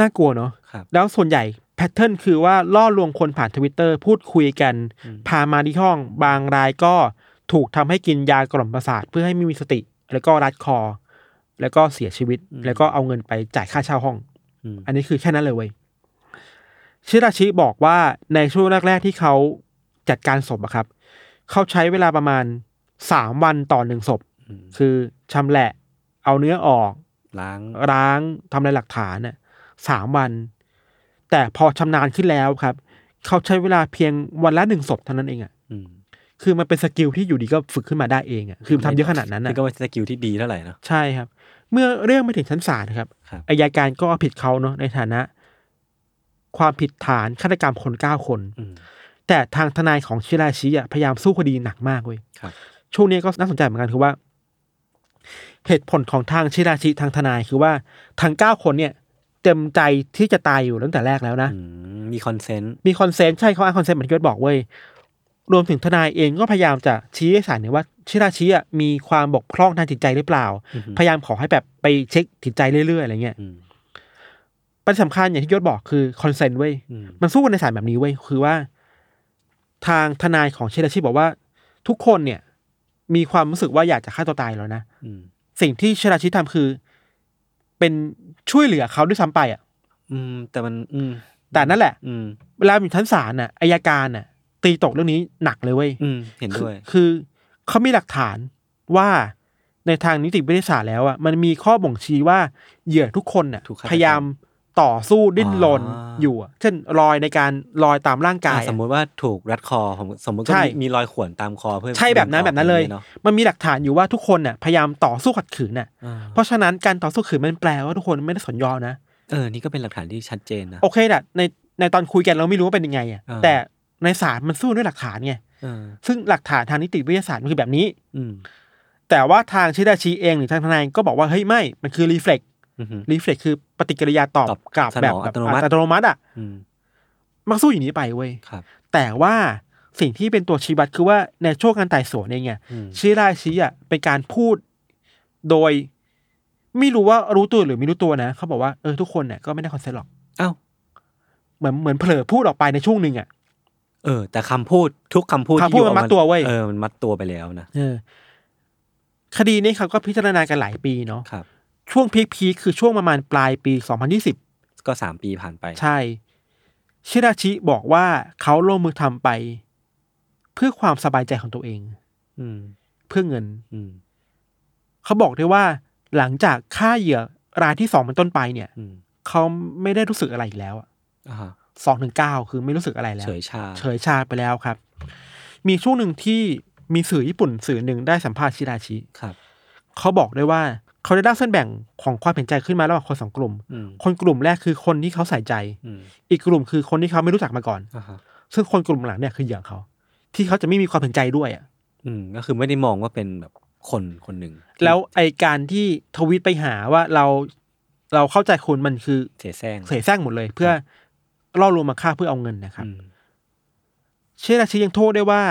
Speaker 2: น่ากลัวเนาะ
Speaker 1: ครับ
Speaker 2: แล้วส่วนใหญ่แพทเทิร์นคือว่าล่อลวงคนผ่านทวิตเตอร์พูดคุยกัน
Speaker 1: อืม
Speaker 2: พามาที่ห้อง บางรายก็ถูกทำให้กินยากล่อมประสาทเพื่อให้ไม่มีสติ แล้วก็รัดคอ แล้วก็เสียชีวิต แล้วก็เอาเงินไปจ่ายค่าเช่าห้อง
Speaker 1: อืม
Speaker 2: อันนี้คือแค่นั้นเลยเว้ยชิราชิบอกว่าในช่วงแรก ๆ ที่เขาจัดการศพอะครับ เขาใช้เวลาประมาณสามวันต่อหนึ่งศพ
Speaker 1: อืม
Speaker 2: คือชำแหละ เอาเนื้อออก
Speaker 1: ล้าง
Speaker 2: ร้างทำลายหลักฐานน่ะสามวัน แต่พอชำนาญขึ้นแล้วครับ เขาใช้เวลาเพียงวันละหนึ่งศพเท่านั้นเองอะ
Speaker 1: อืม
Speaker 2: คือมันเป็นสกิลที่อยู่ดีก็ฝึกขึ้นมาได้เองอะคือมันทำเยอะขนาดนั้น
Speaker 1: นี่
Speaker 2: นะ
Speaker 1: ก็ไม่ใช่สกิลที่ดีเท่าไหร่เนอะ
Speaker 2: ใช่ครับ เมื่อเรื่องไปถึงชั้นศาลนะครับ
Speaker 1: ครับ
Speaker 2: อายการก็เอาผิดเขาเนาะในฐานะ ความผิดฐานฆาตกรรมคนเก้าคน
Speaker 1: อืม
Speaker 2: แต่ทางทนายของชิราชิอะพยายามสู้คดีหนักมากเว้ย
Speaker 1: ครับ
Speaker 2: ช่วงนี้ก็น่าสนใจเหมือนกันคือว่า เหตุผลของทางชิราชิทางทนายคือว่าทางเก้าคนเนี่ย เต็มใจที่จะตายอยู่ตั้งแต่แรกแล้วนะ
Speaker 1: อืม มีคอนเซนต์
Speaker 2: มีคอนเซนต์ใช่เขาอ้างคอนเซนต์เหมือนที่ยศบอกเว้ยรวมถึงทนายเองก็พยายามจะชี้ให้ศาลเห็นว่าชิราชิอะมีความบกพร่องทางจิตใจหรือเปล่า พยายามขอให้แบบไปเช็คจิตใจเรื่อยๆอะไรเงี้ย
Speaker 1: อืม
Speaker 2: ประเด็นสำคัญอย่างที่ยศบอกคือคอนเซนต์เว้ย
Speaker 1: อืม
Speaker 2: มันสู้กันในศาลแบบนี้เว้ยคือว่า ทางทนายของเชลชีบอกว่า ทุกคนเนี่ย มีความรู้สึกว่าอยากจะฆ่าตัวตายแล้วนะ
Speaker 1: อืม
Speaker 2: สิ่งที่เชลชีทำคือ เป็นช่วยเหลือเขาด้วยซ้ำไปอ่ะ
Speaker 1: อืม แต่มัน อืม
Speaker 2: แต่นั่นแหละ
Speaker 1: อืม
Speaker 2: เวลาอยู่ชั้นศาลน่ะอายการน่ะ ตีตกเรื่องนี้หนักเลยเว้ย
Speaker 1: อืม เห็นด้วย
Speaker 2: คือคือเขามีหลักฐานว่าในทางนิติวิทยาศาสตร์แล้วอ่ะมันมีข้อบ่งชี้ว่าเหยื่อทุกคนน่ะ
Speaker 1: ถูกฆา
Speaker 2: พ
Speaker 1: ตกรรม
Speaker 2: ยายามต่อสู้ดิ้นรน
Speaker 1: อ่า
Speaker 2: อยู่อะเช่นรอยในการรอยตามร่างกาย
Speaker 1: อ่ะ
Speaker 2: อะ
Speaker 1: สมมุติว่าถูกรัดคอผมสมมุติก็
Speaker 2: ใช่
Speaker 1: มีมีรอยข่วนตามคอเพื่อ
Speaker 2: ใช่แบบนั้น
Speaker 1: ดึงออก
Speaker 2: แบบนั้นเลย
Speaker 1: อางงี้เนาะ
Speaker 2: มันมีหลักฐานอยู่ว่าทุกคนน่ะพยายามต่อสู้ขัดขืนน่ะ
Speaker 1: อ่า
Speaker 2: เพราะฉะนั้นการต่อสู้ขัดขืนมันแปลว่าทุกคนไม่ได้สนยอมนะ
Speaker 1: เออ นี่ก็เป็นหลักฐานที่ชัดเจนนะ
Speaker 2: โอเคแหละในในตอนคุยกันเราไม่รู้ว่าเป็นยังไงอ่ะ
Speaker 1: อ่า
Speaker 2: แต่ในศาลมันสู้ด้วยหลักฐานไง
Speaker 1: เออ
Speaker 2: ซึ่งหลักฐานทางนิติวิทยาศาสตร์มันคือแบบนี้
Speaker 1: อืม
Speaker 2: แต่ว่าทางชิดาชีเองหรือทางทนายก็บอกว่าเฮ้ยไม่ มันคือรีเฟล็ก
Speaker 1: อือฮึ
Speaker 2: รีเฟล็กคือปฏิกิริยาตอบ
Speaker 1: ตอบ
Speaker 2: กลับ
Speaker 1: สนอง
Speaker 2: แบบแบบ
Speaker 1: อัตโนมัติ
Speaker 2: อัตโนมัติอ่ะ
Speaker 1: อืม
Speaker 2: มักสู้อย่างนี้ไปเว้ย
Speaker 1: ครับ
Speaker 2: แต่ว่าสิ่งที่เป็นตัวชี้วัดคือว่าในช่วงการไต่สวนเองเนี่ย
Speaker 1: อืม
Speaker 2: ชิดาชีอ่ะเป็นการพูดโดย ไม่รู้ว่ารู้ตัวหรือไม่รู้ตัวนะเขาบอกว่าเออทุกคนเนี่ยก็ไม่ได้คอนเซ็ปต์หรอก
Speaker 1: อ้าว
Speaker 2: เหมือนเหมือนเผลอพูดออกไปในช่วงหนึ่งอ่ะ
Speaker 1: เออ แต่คำพูดทุกคำพูดที่
Speaker 2: คำพูดมัน
Speaker 1: ออกา
Speaker 2: มัดตัวเว้ย
Speaker 1: เออ มันมัดตัวไปแล้วนะ
Speaker 2: เออ คดีนี้เขาก็พิจารณากันหลายปีเนาะ
Speaker 1: ครับ
Speaker 2: ช่วงพีคๆคือช่วงประมาณปลายปี 2020
Speaker 1: ก็สามปีผ่านไป
Speaker 2: ใช่ ชิราชิบอกว่าเขาลงมือทำไป เพื่อความสบายใจของตัวเอง
Speaker 1: อืม
Speaker 2: เพื่อเงิน
Speaker 1: อืม
Speaker 2: เขาบอกด้วยว่า หลังจากฆ่าเหยื่อรายที่สองเป็นต้นไปเนี่ย
Speaker 1: อืม
Speaker 2: เขาไม่ได้รู้สึกอะไรอีกแล้ว
Speaker 1: อ่าฮะ
Speaker 2: สองถึงเก้าคือไม่รู้สึกอะไรแล้ว
Speaker 1: เฉยชา
Speaker 2: เฉยชาไปแล้วครับ มีช่วงหนึ่งที่มีสื่อญี่ปุ่นสื่อหนึ่งได้สัมภาษณ์ชิราชิ
Speaker 1: ครับ
Speaker 2: เขาบอกด้วยว่าเขาได้ร่างเส้นแบ่งของความเห็นใจขึ้นมาระหว่างคนสองกลุ่ม
Speaker 1: อืม
Speaker 2: คนกลุ่มแรกคือคนที่เขาใส่ใจ
Speaker 1: อืม
Speaker 2: อีกกลุ่มคือคนที่เขาไม่รู้จักมาก่อน
Speaker 1: อ่าฮะ
Speaker 2: ซึ่งคนกลุ่มหลังเนี่ยคือเหยื่อเขา ที่เขาจะไม่มีความเห็นใจด้วยอ่ะ
Speaker 1: อืม ก็คือไม่ได้มองว่าเป็นแบบคนคนหนึ่งที่
Speaker 2: แล้วไอการที่ทวิตไปหาว่าเราเราเข้าใจคุณมันคือ
Speaker 1: เสียแซร้ง
Speaker 2: เสแสร้งหมดเลย เพื่อล่อลวงมาฆ่าเพื่อเอาเงินนะครับ
Speaker 1: อืม
Speaker 2: เชลชียังโทษได้ว่า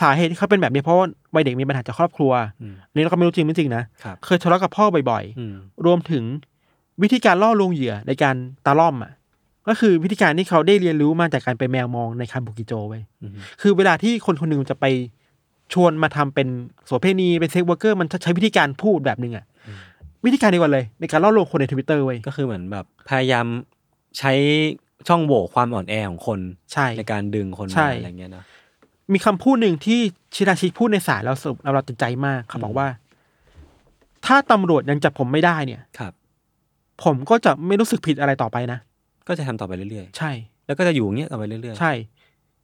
Speaker 2: สาเหตุที่เขาเป็นแบบนี้เพราะว่าวัยเด็กมีปัญหาจากครอบครัว
Speaker 1: อืม
Speaker 2: อันนี้เราก็ไม่รู้จริงไม่จริงนะครับ เคยทะเลาะกับพ่อบ่อย
Speaker 1: อืม
Speaker 2: ๆ รวมถึงวิธีการล่อลวงเหยื่อในการตาล่อมอ่ะ ก็คือวิธีการที่เขาได้เรียนรู้มาจากการเป็นแมวมองในคาบุกิโจไว้ย
Speaker 1: อืม
Speaker 2: คือเวลาที่คนคนหนึ่งจะไปชวนมาทำเป็นโสเภณีเป็นเซ็กเวอร์เกอร์ มันจะใช้วิธีการพูดแบบหนึ่งอะวิธีการเดียวกันเลย ในการล่อลวงคนในทวิตเตอร์เว้ย
Speaker 1: ก็คือเหมือนแบบพยายามใช้ช่องโหว่ความอ่อนแอของคน
Speaker 2: ใช่
Speaker 1: ในการดึงคน
Speaker 2: ใช่
Speaker 1: มาอะไรเงี้ยนะ
Speaker 2: มีคำพูดหนึ่งที่ชิราชิพูดในสารเราสรุปเราเราติดใจมากเขาบอกว่า ถ้าตำรวจยังจับผมไม่ได้เนี่ย
Speaker 1: ครับ
Speaker 2: ผมก็จะไม่รู้สึกผิดอะไรต่อไปนะ
Speaker 1: ก็จะทำต่อไปเรื่อย
Speaker 2: ใช่
Speaker 1: ๆ แล้วก็จะอยู่อย่างเงี้ยต่อไปเรื่อยๆ
Speaker 2: ใช่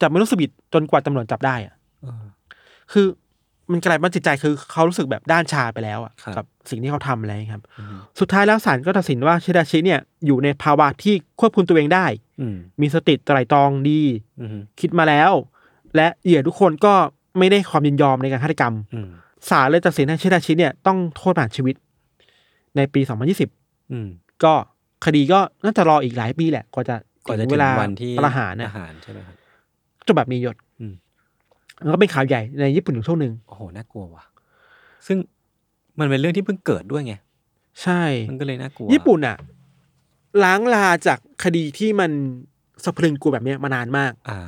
Speaker 2: จะไม่รู้สึกผิดจนกว่าตำรวจจับได้อะ
Speaker 1: เออ
Speaker 2: คือมันกลายเป็นจิตใจคือเขารู้สึกแบบด้านชาไปแล้วอะ
Speaker 1: ครับ
Speaker 2: กัสิ่งที่เขาทำอะไรครับ
Speaker 1: อืม
Speaker 2: สุดท้ายแล้วศาลก็ตัดสินว่าชิดาชิเนี่ยอยู่ในภาวะที่ควบคุมตัวเองได้
Speaker 1: อืม
Speaker 2: มีสติไตร่ตรองดี
Speaker 1: อืม
Speaker 2: คิดมาแล้ว และเหยื่อทุกคนก็ไม่ได้ความยินยอมในการฆาตกรรม
Speaker 1: อืม
Speaker 2: ศาลเลยตัดสินให้ชิดาชิเนี่ยต้องโทษประหารชีวิต ในปี 2020
Speaker 1: อืม
Speaker 2: ก็คดีก็น่าจะรออีกหลายปีแหละกว่าจะ
Speaker 1: ก่อนจะ
Speaker 2: ถึง
Speaker 1: ถึ
Speaker 2: เว
Speaker 1: ง
Speaker 2: ลา
Speaker 1: วันที่
Speaker 2: ประหารนะ
Speaker 1: ประหารใช่ไหมครับ
Speaker 2: จบแบบมียศ
Speaker 1: อืม
Speaker 2: แล้วก็เป็นข่าวใหญ่ในญี่ปุ่นอยู่ช่วงหนึ่ง
Speaker 1: โอ้โหน่ากลัวว่ะ ซึ่งมันเป็นเรื่องที่เพิ่งเกิดด้วยไง
Speaker 2: ใช่
Speaker 1: มันก็เลยน่ากลัว
Speaker 2: ญี่ปุ่นอะล้างลาจากคดีที่มันสะพรึงกลัวแบบเนี้ยมานานมาก
Speaker 1: อ่า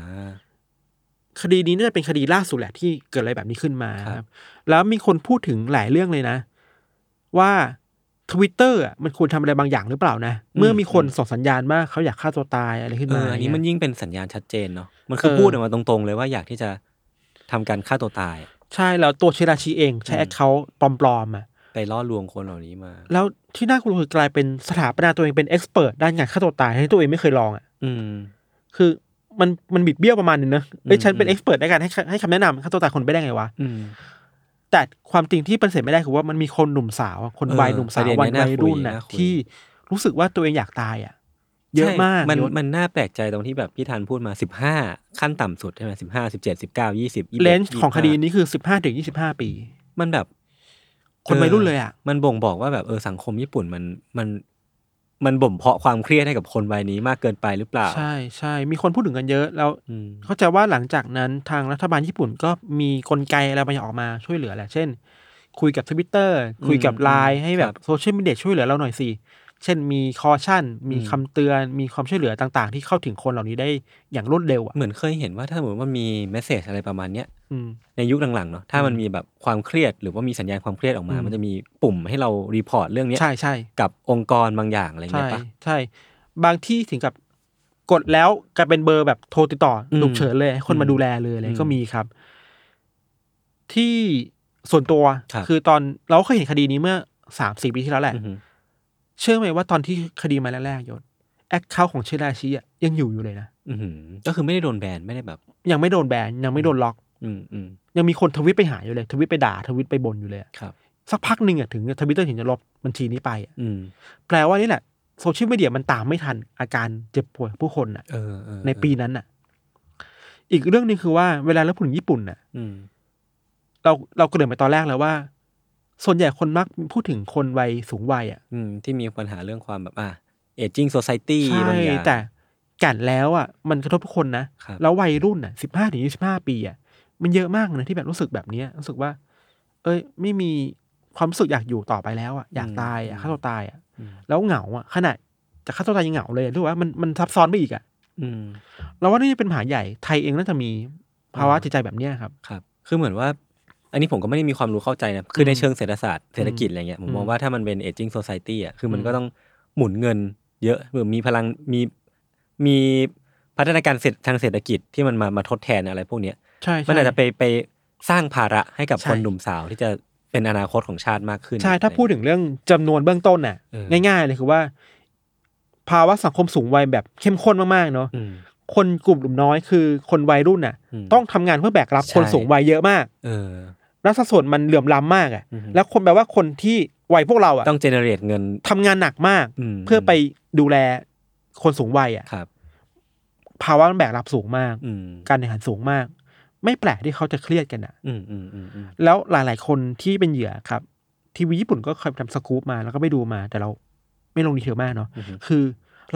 Speaker 2: คดีนี้น่าจะเป็นคดีล่าสุดแหละที่เกิดอะไรแบบนี้ขึ้นมา
Speaker 1: ครับ
Speaker 2: ครับ แล้วมีคนพูดถึงหลายเรื่องเลยนะ ว่าทวิตเตอร์มันควรทำอะไรบางอย่างหรือเปล่านะ เมื่อมีคนส่งสัญญาณว่าเขาอยากฆ่าตัวตายอะไรขึ้น
Speaker 1: เอ
Speaker 2: มา
Speaker 1: ออันนี้มัน
Speaker 2: เย
Speaker 1: ยิ่งเป็นสัญญาณชัดเจนเนาะมันคือ
Speaker 2: เออ
Speaker 1: พูดออกมาตรงๆเลยว่าอยากที่จะทำการฆ่าตัวตาย
Speaker 2: ใช่แล้วตัวเชราชีเองใช้
Speaker 1: อืม
Speaker 2: แอคเคาท์ปลอมๆอ่ะ
Speaker 1: ไปล่อลวงคนเหล่านี้มา
Speaker 2: แล้วที่น่ากลัวคือกลายเป็นสถาปนาตัวเองเป็นเอ็กซ์เพรสด้านการฆ่าตัวตายที่ตัวเองไม่เคยลองอ่ะ
Speaker 1: อืม
Speaker 2: คือมันมันบิดเบี้ยวประมาณนึงนะเอ้ย
Speaker 1: อืม
Speaker 2: ฉันเป็น
Speaker 1: อื
Speaker 2: เอ็
Speaker 1: ม
Speaker 2: กซ์เพรสในการให้คให้คำแนะนำฆ่าตัวตายคนไปได้ไงวะ
Speaker 1: อืม
Speaker 2: แต่ความจริงที่ปฏิเสธไม่ได้คือว่ามันมีคนหนุ่มสาวอะคน
Speaker 1: เออ
Speaker 2: วัยหนุ่มสา
Speaker 1: ประ
Speaker 2: ว
Speaker 1: เด็น
Speaker 2: วัย
Speaker 1: เนี้ยน่า
Speaker 2: วัยรุ่นน่ะ
Speaker 1: คุยน่าคุย
Speaker 2: ที่รู้สึกว่าตัวเองอยากตายอ่ะ เยอะ
Speaker 1: ใช่
Speaker 2: มาก
Speaker 1: มัน
Speaker 2: ยศ
Speaker 1: มันน่าแปลกใจตรงที่แบบพี่ธันพูดมาสิบห้าขั้นต่ำสุดใช่ไหมสิบห้าสิบเจ็ดสิบเก้ายี่สิบ
Speaker 2: เลนส์ของคดีนี้คือสิบห้าถึงยี่สิบห้าปี
Speaker 1: มันแบบ
Speaker 2: คนวัยรุ่นเลยอ่ะ
Speaker 1: มันบ่งบอกว่าแบบเออสังคมญี่ปุ่นมันมันมันบ่มเพาะความเครียดให้กับคนวัยนี้มากเกินไปหรือเปล่า
Speaker 2: ใช่ใช่มีคนพูดถึงกันเยอะ แล้ว
Speaker 1: อืม
Speaker 2: เข้าใจว่าหลังจากนั้นทางรัฐบาลญี่ปุ่นก็มีกลไกอะไรบางอย่างออกมาช่วยเหลือแหละ เช่น คุยกับทวิตเตอร์คุยกับไลน์ให้แบบโซเชียลมีเดียช่วยเหลือเราหน่อยสิ เช เช่นมีคอชั่น มี
Speaker 1: อืม
Speaker 2: คำเตือน มีความช่วยเหลือต่างๆ ที่เข้าถึงคนเหล่านี้ได้อย่างรวดเร็วอ่ะ
Speaker 1: เหมือนเคยเห็นว่าถ้าสมมติว่ามีเมสเซจอะไรประมาณเนี้ย
Speaker 2: อืม
Speaker 1: ในยุคหลังๆเนาะถ้ามันมีแบบความเครียดหรือว่ามีสัญญาณความเครียดออกมา
Speaker 2: อืม
Speaker 1: มันจะมีปุ่มให้เรารีพอร์ตเรื่องเนี้ย
Speaker 2: ใช่ใช่
Speaker 1: กับองค์กรบางอย่างอะไร
Speaker 2: ใช่
Speaker 1: เงี้ยปะ
Speaker 2: ใช่ บางที่ถึงกับกดแล้วกลายเป็นเบอร์แบบโทรติดต่ออ
Speaker 1: ม
Speaker 2: ฉุกเฉินเลยให้คนมา
Speaker 1: อืม
Speaker 2: ดูแลเลยอะไร
Speaker 1: อืม
Speaker 2: ก็มีครับ ที่ส่วนตัว
Speaker 1: ครับ
Speaker 2: อตอนเราเคยเห็นคดีนี้เมื่อสามสี่ปีที่แล้วแหละ
Speaker 1: อือฮึ
Speaker 2: เชื่อไหมว่าตอนที่คดีมาแรกๆยศแอคเคาท์ของเชอราชีอะยังอยู่อยู่เลยนะ
Speaker 1: อือหือก็คือไม่ได้โดนแบนไม่ได้แบบ
Speaker 2: ยังไม่โดนแบนยังไม่โดนล็อก
Speaker 1: อืมอืม
Speaker 2: ยังมีคนทวิตไปหาอยู่เลย ทวิตไปด่าทวิตไปบ่นอยู่เลยอะ
Speaker 1: ครับ
Speaker 2: สักพักหนึ่งอะถึงทวิตเตอร์ถึงจะลบบัญชีนี้ไปอะ
Speaker 1: อืม
Speaker 2: แปลว่านี่แหละโซเชียลมีเดียมันตามไม่ทันอาการเจ็บป่วยผู้คนอะ
Speaker 1: เออเออ
Speaker 2: ในปีนั้นอะอีกเรื่องหนึงคือว่าเวลาเราพูดถึงญี่ปุ่นน่ะ
Speaker 1: อืม
Speaker 2: เราเราเกริดไปตอนแรกแล้วว่า ส่วนใหญ่คนมักพูดถึงคนวัยสูงวัยอะ
Speaker 1: อืมที่มีปัญหาเรื่องความแบบอ่ะเอจิ้งโซซตี้
Speaker 2: ใช่
Speaker 1: บางอย่าง
Speaker 2: แต่แกันแล้วอะมันกระทบทุกคนนะครับ แล้ววัยรุ่นอะสิบห้าถึงยี่สิบห้าปีอะมันเยอะมากนะที่แบบรู้สึกแบบเนี้ยรู้สึกว่า เอ้ย ไม่มีความรู้สึกอยากอยู่ต่อไปแล้วอะอยากตายอะฆ่าตัวตายอะ
Speaker 1: อืม
Speaker 2: แล้วเหงาอ่ะขนาดจะฆ่าตัวตายยังเหงาเลยรู้ว่ามันมันซับซ้อนไปอีกอ่ะ
Speaker 1: อืม
Speaker 2: เราว่านี่เป็นปัญหาใหญ่ไทยเองน่าจะมีภาวะจิตใจแบบเนี้ยครับ
Speaker 1: ครับ คือเหมือนว่า อันนี้ผมก็ไม่ได้มีความรู้เข้าใจนะ คือใน
Speaker 2: อืม
Speaker 1: เชิงเศรษฐศาสตร์เศรษฐกิจอะไรเงี้ย ผมมอ
Speaker 2: อื
Speaker 1: ง
Speaker 2: ม
Speaker 1: ว่าถ้ามันเป็น aging society อ่ะ คือมัน
Speaker 2: อืม
Speaker 1: ก็ต้องหมุนเงินเยอะหรือมีพลัง มีมีพัฒนาการเศรษฐทางเศรษฐกิจที่มันมามาทดแทนอะไรพวกเนี้ย
Speaker 2: ใช่ใช่
Speaker 1: มันอาจจะไปไปสร้างภาระให้กับ
Speaker 2: ใช่
Speaker 1: คนหนุ่มสาวที่จะเป็นอนาคตของชาติมากขึ้น
Speaker 2: ใช่ถ้าพูด
Speaker 1: อะไร
Speaker 2: ถึงเรื่องจำนวนเบื้องต้นน่ะ
Speaker 1: เออ
Speaker 2: ง่าย ๆ เลยคือว่า ภาวะสังคมสูงวัยแบบเข้มข้นมากๆเนาะ
Speaker 1: อืม
Speaker 2: คนกลุ่มน้อยคือคนวัยรุ่นน่ะ
Speaker 1: อืม
Speaker 2: ต้องทำงานเพื่อแบกรับ
Speaker 1: ใช่
Speaker 2: คนสูงวัยเยอะมาก
Speaker 1: เออ
Speaker 2: แล้วสัดส่วนมันเหลื่อมล้ำมากอ่ะ
Speaker 1: อือฮึ
Speaker 2: แล้วคนแปลว่าคนที่วัยพวกเราอ่ะ
Speaker 1: ต้อง generate เงิน
Speaker 2: ทำงานหนักมาก
Speaker 1: อืม
Speaker 2: เพื่อไปดูแลคนสูงวัยอ่ะ
Speaker 1: ครับ
Speaker 2: ภาวะมันแบกรับสูงมาก
Speaker 1: อืม
Speaker 2: การแข่งขันสูงมาก ไม่แปลกที่เขาจะเครียดกันอะ
Speaker 1: อืมอืมอืมอืม
Speaker 2: แล้วหลาย ๆ คนที่เป็นเหยื่อครับ ทีวีญี่ปุ่นก็เคยทำสกู๊ปมาแล้วก็ไปดูมา แต่เราไม่ลงดีเทลมากเนาะ
Speaker 1: อืม
Speaker 2: คือ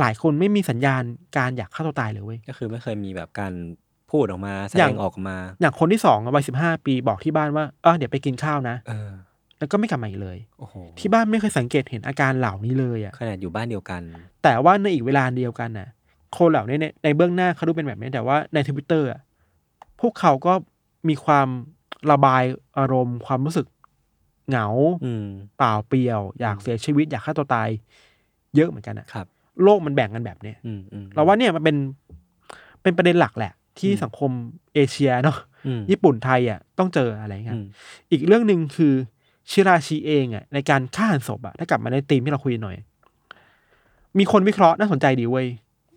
Speaker 2: หลายคนไม่มีสัญญาณการอยากฆ่าตัวตายเลยเว้ย
Speaker 1: ก็คือไม่เคยมีแบบการพูดออกมาแส
Speaker 2: อ
Speaker 1: ด
Speaker 2: ย่าง
Speaker 1: งออกมา
Speaker 2: อย่างคนที่สองอะวัยสิบห้าปีบอกที่บ้านว่าเออเดี๋ยวไปกินข้าวนะ
Speaker 1: เออ
Speaker 2: แล้วก็ไม่กลับมาอีกเลย
Speaker 1: โอ้โห
Speaker 2: ที่บ้านไม่เคยสังเกตเห็นอาการเหล่านี้เลยอะ
Speaker 1: ขนาดอยู่บ้านเดียวกัน
Speaker 2: แต่ว่าในอีกเวลาเดียวกันน่ะ คนเหล่านี้ในในเบื้องหน้าเขาดูเป็นแบบนี้แต่ว่าในทวิตเตอร์พวกเขาก็มีความระบายอารมณ์ ความรู้สึกเหงา
Speaker 1: อืม
Speaker 2: เปล่าเปลี่ยว อยากเสียชีวิตอยากฆ่าตัวตาย เยอะเหมือนกันอะ
Speaker 1: ครับ
Speaker 2: โลกมันแบ่งกันแบบเนี้ย
Speaker 1: อืมอืม
Speaker 2: เราว่าเนี่ยมันเป็นเป็นประเด็นหลักแหละ ที่สังคมเอเชียเนาะ
Speaker 1: อืม
Speaker 2: ญี่ปุ่นไทยอ่ะต้องเจออะไร
Speaker 1: อื
Speaker 2: เงี้ย
Speaker 1: ม
Speaker 2: อีกเรื่องหนึ่งคือชิราชีเองอ่ะในการฆ่าหันศพอ่ะถ้ากลับมาในธีมที่เราคุยหน่อย มีคนวิเคราะห์น่าสนใจดีเว้ย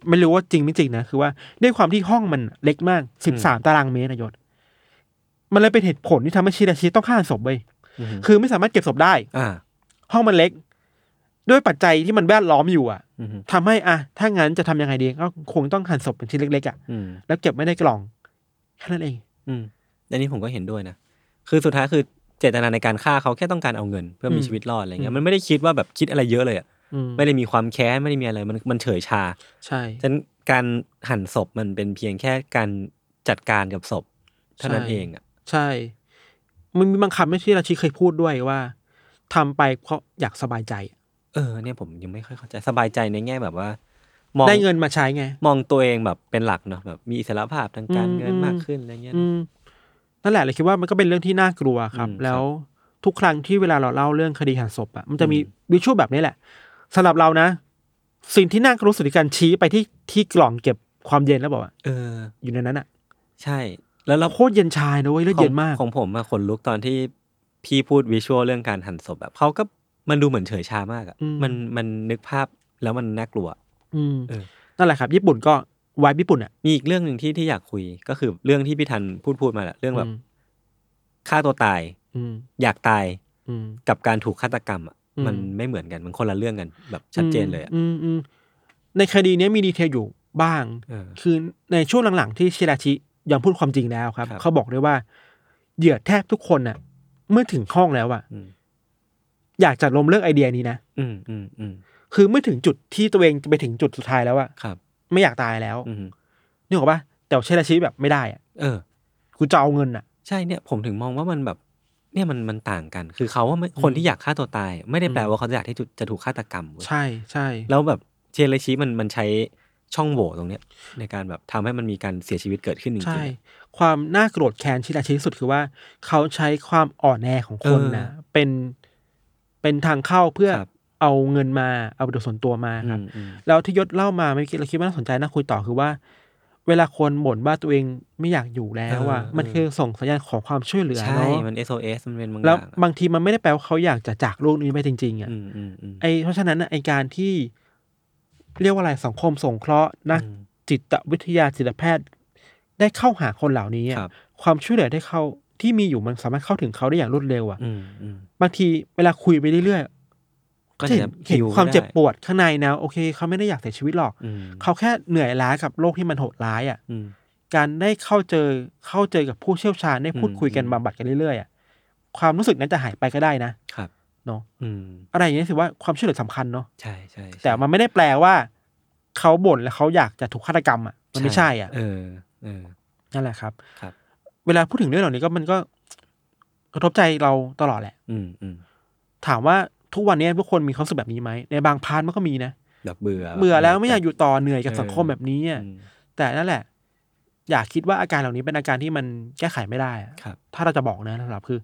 Speaker 2: ไม่รู้ว่าจริงไม่จริงนะคือว่าด้วยความที่ห้องมันเล็กมากสิบสามตารางเมตรนะยศมันเลยเป็นเหตุผลที่ทำให้ชิราชีต้องฆ่าหันศพเว้ย
Speaker 1: อืม
Speaker 2: คือไม่สามารถเก็บศพได้
Speaker 1: อ่า
Speaker 2: ห้องมันเล็ก ด้วยปัจจัยที่มันแวดล้อมอยู่อ่ะ
Speaker 1: อืม
Speaker 2: ทำให้อ่ะถ้างั้นจะทำยังไงดีก็คงต้องหั่นศพเป็นชิ้นเล็กๆอ่ะ
Speaker 1: อืม
Speaker 2: แล้วเก็บไม่ได้ในกล่องแค่นั้นเอง
Speaker 1: อืมอันนี้ผมก็เห็นด้วยนะ คือสุดท้ายคือเจตนาในการฆ่าเขาแค่ต้องการเอาเงิน เพื่อมี
Speaker 2: อืม
Speaker 1: ชีวิตรอดอะไร
Speaker 2: อื
Speaker 1: เงี้ย
Speaker 2: ม
Speaker 1: มันไม่ได้คิดว่าแบบคิดอะไรเยอะเลยอะ
Speaker 2: อืม
Speaker 1: ไม่ได้มีความแค้นไม่ได้มีอะไร มันมันเฉยชา
Speaker 2: ใช่
Speaker 1: ฉะนั้นการหั่นศพมันเป็นเพียงแค่การจัดการกับศพเท่านั้นเองอ่ะ
Speaker 2: ใช่ มันมีบางคำไม่ที่ราชิเคยพูดด้วยว่าทำไปเพราะอยากสบายใจ
Speaker 1: เออ เนี่ยผมยังไม่ค่อยเข้าใจ สบายใจในแง่แบบว่า มอง
Speaker 2: ได้เงินมาใช้ไง
Speaker 1: มองตัวเองแบบเป็นหลักเนาะ แบบมีอิสรภาพทางการเงิน
Speaker 2: อืม
Speaker 1: มากขึ้นอะไรเงี้ย
Speaker 2: อืมนั่นแหละเลยคิดว่ามันก็เป็นเรื่องที่น่ากลัวครับ
Speaker 1: อืมครับ
Speaker 2: แล้วทุกครั้งที่เวลาเราเล่าเรื่องคดีหันศพอ่ะมันจะมี
Speaker 1: อื
Speaker 2: วิชวลแบบนี้แหละสำหรับเรานะ สิ่งที่น่ากลัวสุดคือการชี้ไปที่ที่กล่องเก็บความเย็นแล้วบอกว่า
Speaker 1: เออ
Speaker 2: อยู่ในนั้นอ่ะ
Speaker 1: ใช่ แล้วเรา
Speaker 2: โคตรเย็นชายนะเว้ยเลือดเย็นมาก
Speaker 1: ของของผมอะขนลุกตอนที่พี่พูดวิชวลเรื่องการหั่นศพแบบเขาก็มันดูเหมือนเฉยชามากอะ
Speaker 2: อืม
Speaker 1: มันมันนึกภาพแล้วมันน่ากลัว
Speaker 2: อืม
Speaker 1: เออ
Speaker 2: นั่นแหละครับ ญี่ปุ่นก็วายญี่ปุ่นอ่ะ
Speaker 1: มีอีกเรื่องหนึ่งที่ที่อยากคุยก็คือเรื่องที่พี่ทันพูดพูดมาแหละเรื่องแบบ
Speaker 2: อืม
Speaker 1: ฆ่าตัวตาย
Speaker 2: อืม
Speaker 1: อยากตาย
Speaker 2: อืม
Speaker 1: กับการถูกฆาตกรรมอะ
Speaker 2: อืม
Speaker 1: มันไม่เหมือนกันมันคนละเรื่องกันแบบชัดเจนเลยอะ
Speaker 2: อืมอืมในคดีเนี้ยมีดีเทลอยู่บ้าง
Speaker 1: เออ
Speaker 2: คือในช่วงหลังๆ ที่ชิราชิยอมพูดความจริงแล้วครับ
Speaker 1: ครับ
Speaker 2: เขาบอกด้วยว่าเหยื่อแทบทุกคนน่ะ เมื่อถึงห้องแล้วอะ
Speaker 1: อืม
Speaker 2: อยากจะล้มเลิกไอเดียนี้นะ
Speaker 1: อืมอืมอืม
Speaker 2: คือเมื่อถึงจุดที่ตัวเองจะไปถึงจุดสุดท้ายแล้วอะ
Speaker 1: ครับ
Speaker 2: ไม่อยากตายแล้ว
Speaker 1: อืม
Speaker 2: นี่หรอกปะแต่ชิราชิแบบไม่ได้อะ
Speaker 1: เออ
Speaker 2: กูจะเอาเงินอะ
Speaker 1: ใช่เนี่ยผมถึงมองว่ามันแบบ เนี่ยมันมันต่างกัน คือเขาว่าไม่คนที่อยากฆ่าตัวตาย ไม่ได้แปลว่าเขาจะอยากที่จะจะถูกฆาตกรรมเว้ย
Speaker 2: ใช่ใช่
Speaker 1: แล้วแบบเชนเลชีมันมันใช้ช่องโหว่ตรงเนี้ย ในการแบบทำให้มันมีการเสียชีวิตเกิดขึ้นจริงๆ
Speaker 2: ใช่
Speaker 1: อะ
Speaker 2: ความน่าโกรธแค้นที่อาชีพสุดคือว่า เขาใช้ความอ่อนแอของคน
Speaker 1: เออ
Speaker 2: นะเป็นเป็นทางเข้าเพื่อ
Speaker 1: ครับ
Speaker 2: เอาเงินมาเอาประโยชน์ส่วนตัวมาครับ
Speaker 1: อืมอืม
Speaker 2: แล้วที่ยศเล่ามาไม่คิดเราคิดว่าน่าสนใจน่าคุยต่อคือว่า เวลาคนบ่นว่าตัวเองไม่อยากอยู่แล้วอ่ะ
Speaker 1: เออ
Speaker 2: มันคือส่งสัญญาณขอความช่วยเหลือ
Speaker 1: ใช่
Speaker 2: เนาะ
Speaker 1: มัน SOS มันเป็นบางอ
Speaker 2: แล้ว
Speaker 1: ย่าง
Speaker 2: บางทีมันไม่ได้แปลว่าเขาอยากจะจากโลกนี้ไปจริงๆอ่ะ
Speaker 1: อืมอืมอืม
Speaker 2: ไอเพราะฉะนั้นน่ะไอการที่เรียกว่าอะไรสังคมสงเคราะห์นัก
Speaker 1: อืม
Speaker 2: จิตวิทยาจิตแพทย์ ได้เข้าหาคนเหล่านี้อะ
Speaker 1: ครับ
Speaker 2: ความช่วยเหลือได้เข้าที่มีอยู่มันสามารถเข้าถึงเขาได้อย่างรวดเร็วอ่ะ
Speaker 1: อืมอืม
Speaker 2: บางทีเวลาคุยไปเรื่อยๆ
Speaker 1: ก็
Speaker 2: ก็จะเห็
Speaker 1: จะ
Speaker 2: นเห็น
Speaker 1: ฮิ
Speaker 2: ความเจ็บ
Speaker 1: ได้
Speaker 2: ปวดข้างในนะโอเคเขาไม่ได้อยากเสียชีวิตหรอก
Speaker 1: อืม
Speaker 2: เขาแค่เหนื่อยล้ากับโรคที่มันโหดร้ายอ่ะ
Speaker 1: อืม
Speaker 2: การได้เข้าเจอเข้าเจอกับผู้เชี่ยวชาญได้พูด
Speaker 1: อืม
Speaker 2: คุยกันบำบัดกันเรื่อยๆอ่ะความรู้สึกนั้นจะหายไปก็ได้นะครับ เนาะ
Speaker 1: อืม
Speaker 2: อะไรอย่างนี้ถือว่าความช่วยเหลือสำคัญเนาะ
Speaker 1: ใช่ใช่ใช่
Speaker 2: แต่มันไม่ได้แปลว่า เขาบ่นแล้วเขาอยากจะถูกฆาตกรรมอ่ะมันไม่ใช่อ่ะ
Speaker 1: เออ เออ
Speaker 2: นั่นแหละครับ
Speaker 1: ครับ
Speaker 2: เวลาพูดถึงเรื่องเหล่านี้ก็มันก็กระทบใจเราตลอดแหละ
Speaker 1: อืมอืม
Speaker 2: ถามว่าทุกวันนี้ทุกคนมีความรู้สึกแบบนี้ไหมในบางพาร์ทมันก็มีนะ
Speaker 1: แบบเบื่อ
Speaker 2: เบื่อแล้วไม่อยากอยู่ต่อเหนื่อยกับสังคมแบบนี้
Speaker 1: อื
Speaker 2: อ่ะ
Speaker 1: ม
Speaker 2: แต่นั่นแหละ อย่าคิดว่าอาการเหล่านี้เป็นอาการที่มันแก้ไขไม่ได้อะ
Speaker 1: ครับ
Speaker 2: ถ้าเราจะบอกนะสำหรับคือ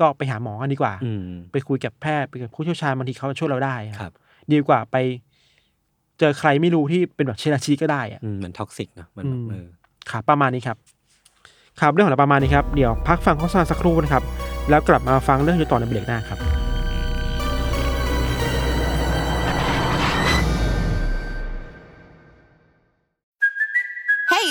Speaker 2: ก็ไปหาหมอกันดีกว่า
Speaker 1: อืม
Speaker 2: ไปคุยกับแพทย์ไปกับผู้เชี่ยวชาญบางทีเขาจะช่วยเราได้อะ
Speaker 1: ครับ
Speaker 2: ดีกว่าไป เจอใครไม่รู้ที่เป็นแบบเชนาชีก็ได้อะ
Speaker 1: อืมมันท็อกซิกเนอะมันแบบ
Speaker 2: อืม
Speaker 1: เออ
Speaker 2: ครับประมาณนี้ครับ ครับเรื่องของเราประมาณนี้ครับ เดี๋ยวพักฟังโฆษณาสักครู่นะครับ แล้วกลับมาฟังเรื่องอยู่ต่อในเบรกหน้าครับ
Speaker 3: Hey,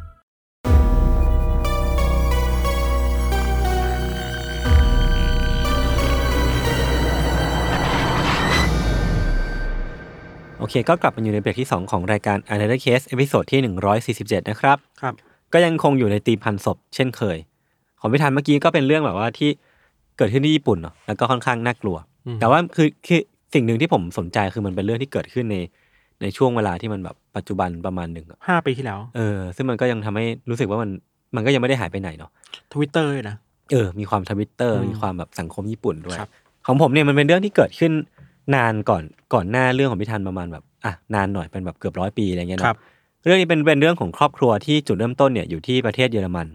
Speaker 1: โอเค ก็กลับมาอยู่ในเบรกที่ 2 ของรายการ Another Case เอพิโซดที่ 147 นะครับ
Speaker 2: ครับ
Speaker 1: ก็ยังคงอยู่ในตีมพันศพเช่นเคย ของพิธันเมื่อกี้ก็เป็นเรื่องแบบว่าที่เกิดขึ้นที่ญี่ปุ่นเนาะแล้วก็ค่อนข้างน่ากลัว แต่ว่าคือคือสิ่งหนึ่งที่ผมสนใจคือมันเป็นเรื่องที่เกิดขึ้นในในช่วงเวลาที่มันแบบปัจจุบันประมาณหนึ่งอะ
Speaker 2: ห้าปีที่แล้ว
Speaker 1: เออ ซึ่งมันก็ยังทำให้รู้สึกว่ามันมันก็ยังไม่ได้หายไปไหนเนาะ
Speaker 2: ทวิตเตอร์นะ
Speaker 1: เออ มีความทวิตเตอร์
Speaker 2: อืม
Speaker 1: มีความแบบสังคมญี่ปุ่นด้วย
Speaker 2: ครับ
Speaker 1: ของผมเนี่ยมันเป็นเรื่องที่เกิดขึ้นนานก่อนก่อนหน้าเรื่องของพิธันประมาณแบบอ่ะนานหน่อยเป็นแบบเกือบร้อยปีอะไรเงี้ย
Speaker 2: ครับ
Speaker 1: เนาะเรื่องนี้เป็นเป็นเรื่องของครอบครัวที่จุดเริ่มต้นเนี่ยอยู่ที่ประเทศเยอรมัน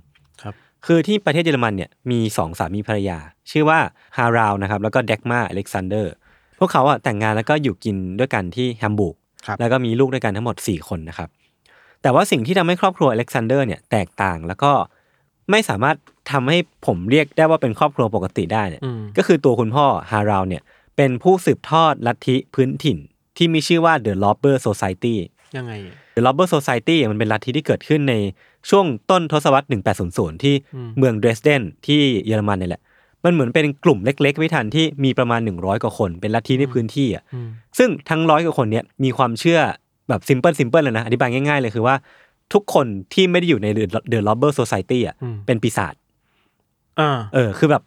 Speaker 2: ครับ
Speaker 1: คือที่ประเทศเยอรมันเนี่ยมีสองสามีภรรยา ชื่อว่าฮาราวนะครับแล้วก็เด็กมาอเล็กซานเดอร์พวกเขาอ่ะแต่งงานแล้วก็อยู่กินด้วยกันที่แฮมบูร์ก
Speaker 2: ครับ
Speaker 1: แล้วก็มีลูกด้วยกันทั้งหมด 4 คนนะครับ แต่ว่าสิ่งที่ทำให้ครอบครัวอเล็กซานเดอร์เนี่ยแตกต่างแล้วก็ไม่สามารถทำให้ผมเรียกได้ว่าเป็นครอบครัวปกติได้เนี่ย
Speaker 2: อืม
Speaker 1: ก็คือตัวคุณพ่อฮาราวเนี่ยเป็นผู้สืบทอดลัทธิพื้นถิ่น ที่มีชื่อว่า The Lobber Society
Speaker 2: ยังไง
Speaker 1: The Lobber Society มันเป็นลัทธิที่เกิดขึ้นในช่วงต้นทศวรรษ 1800 ที่
Speaker 2: อืม
Speaker 1: เมืองเดรสเดนที่เยอรมันเนี่ยแหละ มันเหมือนเป็นกลุ่มเล็กๆ ไม่ทันที่มีประมาณ 100 กว่าคน เป็นลัทธิในพื้นที่อ่ะ
Speaker 2: อืม
Speaker 1: ซึ่งทั้งร้อยกว่าคนเนี่ยมีความเชื่อแบบซิมเพิลซิมเพิลเลยนะ อธิบายง่ายๆเลยคือว่า ทุกคนที่ไม่ได้อยู่ในเดอะล็อบเบอร์โซซตี้อ่ะ
Speaker 2: อืม
Speaker 1: เป็นปีศาจ
Speaker 2: อ่า
Speaker 1: เออคือแบบ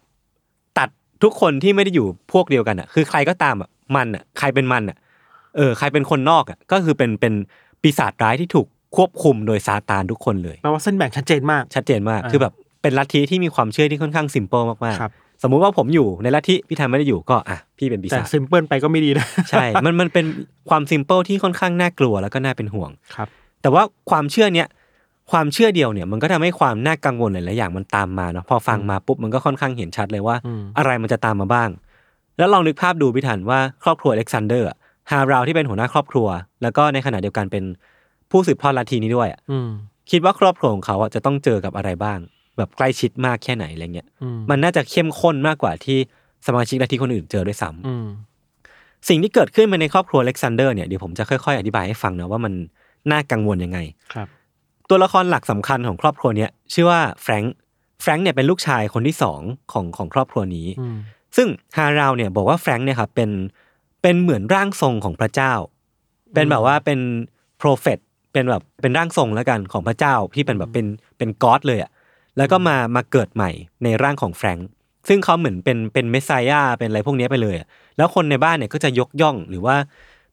Speaker 1: ตัดทุกคนที่ไม่ได้อยู่พวกเดียวกันอ่ะ คือใครก็ตามอ่ะมันอ่ะใครเป็นมันอ่ะเออใครเป็นคนนอกอ่ะก็คือเป็นเป็นปีศาจร้ายที่ถูกควบคุมโดยซาตานทุกคนเลย
Speaker 2: แปลว่าเส้นแบ่งชัดเจนมาก
Speaker 1: ชัดเจนมาก
Speaker 2: อ่า
Speaker 1: คือแบบเป็นลัทธิที่มีความเชื่อที่ค่อนข้างซิมเปิลมาก
Speaker 2: ครับ
Speaker 1: ๆ สมมุติว่าผมอยู่ในลัทธิพี่ธันไม่ได้อยู่ก็อ่ะพี่เป็นปี
Speaker 2: แต่
Speaker 1: ศาจ
Speaker 2: ซิมเพิลไปก็ไม่ดีนะ
Speaker 1: ใช่ มันมันเป็นความซิมเปิลที่ค่อนข้างน่ากลัวแล้วก็น่าเป็นห่วง
Speaker 2: ครับ
Speaker 1: แต่ว่าความเชื่อเนี้ยความเชื่อเดียวเนี่ยมันก็ทำให้ความน่ากังวลหลายๆอย่างมันตามมาเนาะพอฟังมาปุ๊บมันก็ค่อนข้างเห็นชัดเลยว่า
Speaker 2: อืม
Speaker 1: อะไรมันจะตามมาบ้าง แล้วลองนึกภาพดูพิถันว่าครอบครัวอเล็กซานเดอร์อะฮาราวที่เป็นหัวหน้าครอบครัว แล้วก็ในขณะเดียวกันเป็นผู้สืบทอดลัทธินี้ด้วยอะ
Speaker 2: อืม
Speaker 1: คิดว่าครอบครัวของเขาอะจะต้องเจอกับอะไรบ้าง แบบใกล้ชิดมากแค่ไหนอะไรเงี้ย
Speaker 2: อืม
Speaker 1: มันน่าจะเข้มข้นมากกว่าที่สมาชิกลัทธิคนอื่นเจอด้วยซ้ำ
Speaker 2: อืม
Speaker 1: สิ่งที่เกิดขึ้นมาในครอบครัวอเล็กซานเดอร์เนี่ยเดี๋ยวผมจะค่อยๆ อธิบายให้ฟังนะว่ามันน่ากังวลยังไง
Speaker 2: ครับ
Speaker 1: ตัวละครหลักสำคัญของครอบครัวเนี้ยชื่อว่าแฟรงค์แฟรงค์เนี่ยเป็นลูกชายคนที่สองของของครอบครัวนี้
Speaker 2: อืม
Speaker 1: ซึ่งฮาราวเนี่ยบอกว่าแฟรงค์เนี่ยครับเป็นเป็นเหมือนร่างทรงของพระเจ้า เป็นแบบว่าเป็นโปรเฟตเป็นแบบเป็นร่างทรงแล้วกันของพระเจ้าที่เป็นแบบเป็นเป็นก็อดเลยอะแล้วก็มามาเกิดใหม่ในร่างของแฟรงค์ซึ่งเขาเหมือนเป็นเป็นเมสไซยาเป็นอะไรพวกเนี้ยไปเลยอะแล้วคนในบ้านเนี่ยก็จะยกย่องหรือว่า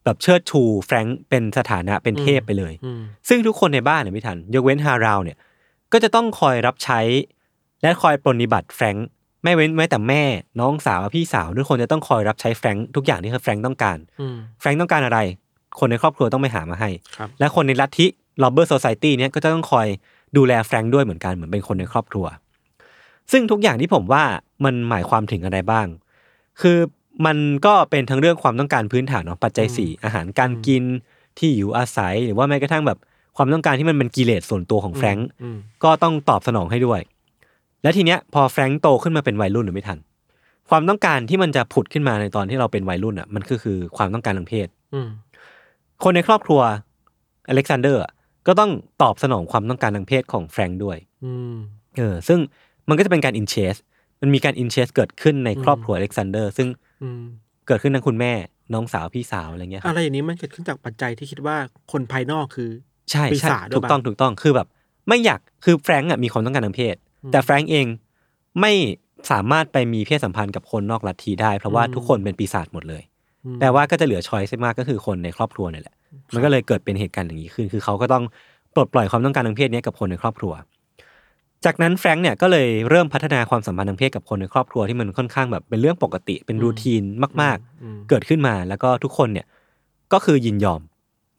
Speaker 1: แบบเชิดชูแฟรงค์เป็นสถานะเป็นเทพไปเลย
Speaker 2: อืม
Speaker 1: ซึ่งทุกคนในบ้านเนี่ยพี่ทัน ยกเว้นฮาราวเนี่ย ก็จะต้องคอยรับใช้ และคอยปรนนิบัติแฟรงค์ไม่เว้นแม้แต่แม่ น้องสาวพี่สาวทุกคนจะต้องคอยรับใช้แฟรงค์ทุกอย่างที่แฟรงค์ต้องการ
Speaker 2: อืม
Speaker 1: แฟรงค์ต้องการอะไร คนในครอบครัวต้องไปหามาให้
Speaker 2: ครับ
Speaker 1: และคนในลัทธิลอบเบอร์โซซตี้เนี่ยก็จะต้องคอยดูแลแฟรงค์ด้วยเหมือนกันเหมือนเป็นคนในครอบครัว ซึ่งทุกอย่างที่ผมว่ามันหมายความถึงอะไรบ้าง คือมันก็เป็นทั้งเรื่องความต้องการพื้นฐานเนาะปัจจัยสี่อาหารการกินที่อยู่อาศัยหรือว่าแม้กระทั่งแบบความต้องการที่มันเป็นกิเลสส่วนตัวของแฟรงค์
Speaker 2: อืม
Speaker 1: ก็ต้องตอบสนองให้ด้วย และทีเนี้ยพอแฟรงค์โตขึ้นมาเป็นวัยรุ่นหรือไม่ทัน ความต้องการที่มันจะผุดขึ้นมาในตอนที่เราเป็นวัยรุ่นอ่ะมันก็คือความต้องการทางเพศ
Speaker 2: อืม
Speaker 1: คนในครอบครัวอเล็กซานเดอร์อะก็ต้องตอบสนองความต้องการทางเพศของแฟรงค์ด้วย
Speaker 2: อืม
Speaker 1: เออ ซึ่งมันก็จะเป็นการอินเชส มันมีการอินเชสเกิดขึ้นในครอบครัวอเล็กซานเดอร์ ซึ่ง
Speaker 2: อืม
Speaker 1: เกิดขึ้นทั้งคุณแม่ น้องสาวพี่สาวอะไรเงี้ยค
Speaker 2: อะ
Speaker 1: รับ
Speaker 2: ไรอย่างนี้มันเกิดขึ้นจากปัจจัยที่คิดว่าคนภายนอกคือ
Speaker 1: ใช่
Speaker 2: ปี
Speaker 1: ใช่
Speaker 2: ศาจด้วยปะ
Speaker 1: ถูกต้องถูกต้องคือแบบ ไม่อยากคือแฟรงค์อะมีความต้องการทางเพศ แต่แฟรงค์เองไม่สามารถไปมีเพศสัมพันธ์กับคนนอกลัทธิได้ เพราะว่าทุกคนเป็นปีศาจหมดเลย แปลว่าก็จะเหลือช้อยส์มากก็คือคนในครอบครัวเนี่ยแหละ มันก็เลยเกิดเป็นเหตุการณ์อย่างนี้ขึ้น คือเขาก็ต้องปลดปล่อยความต้องการทางเพศเนี้ยกับคนในครอบครัว จากนั้นแฟรงค์เนี่ยก็เลยเริ่มพัฒนาความสัมพันธ์ทางเพศกับคนในครอบครัวที่มันค่อนข้างแบบเป็นเรื่องปกติ เป็นรูทีนมาก ๆ เกิดขึ้นมาแล้วก็ทุกคนเนี่ยก็คือยินยอม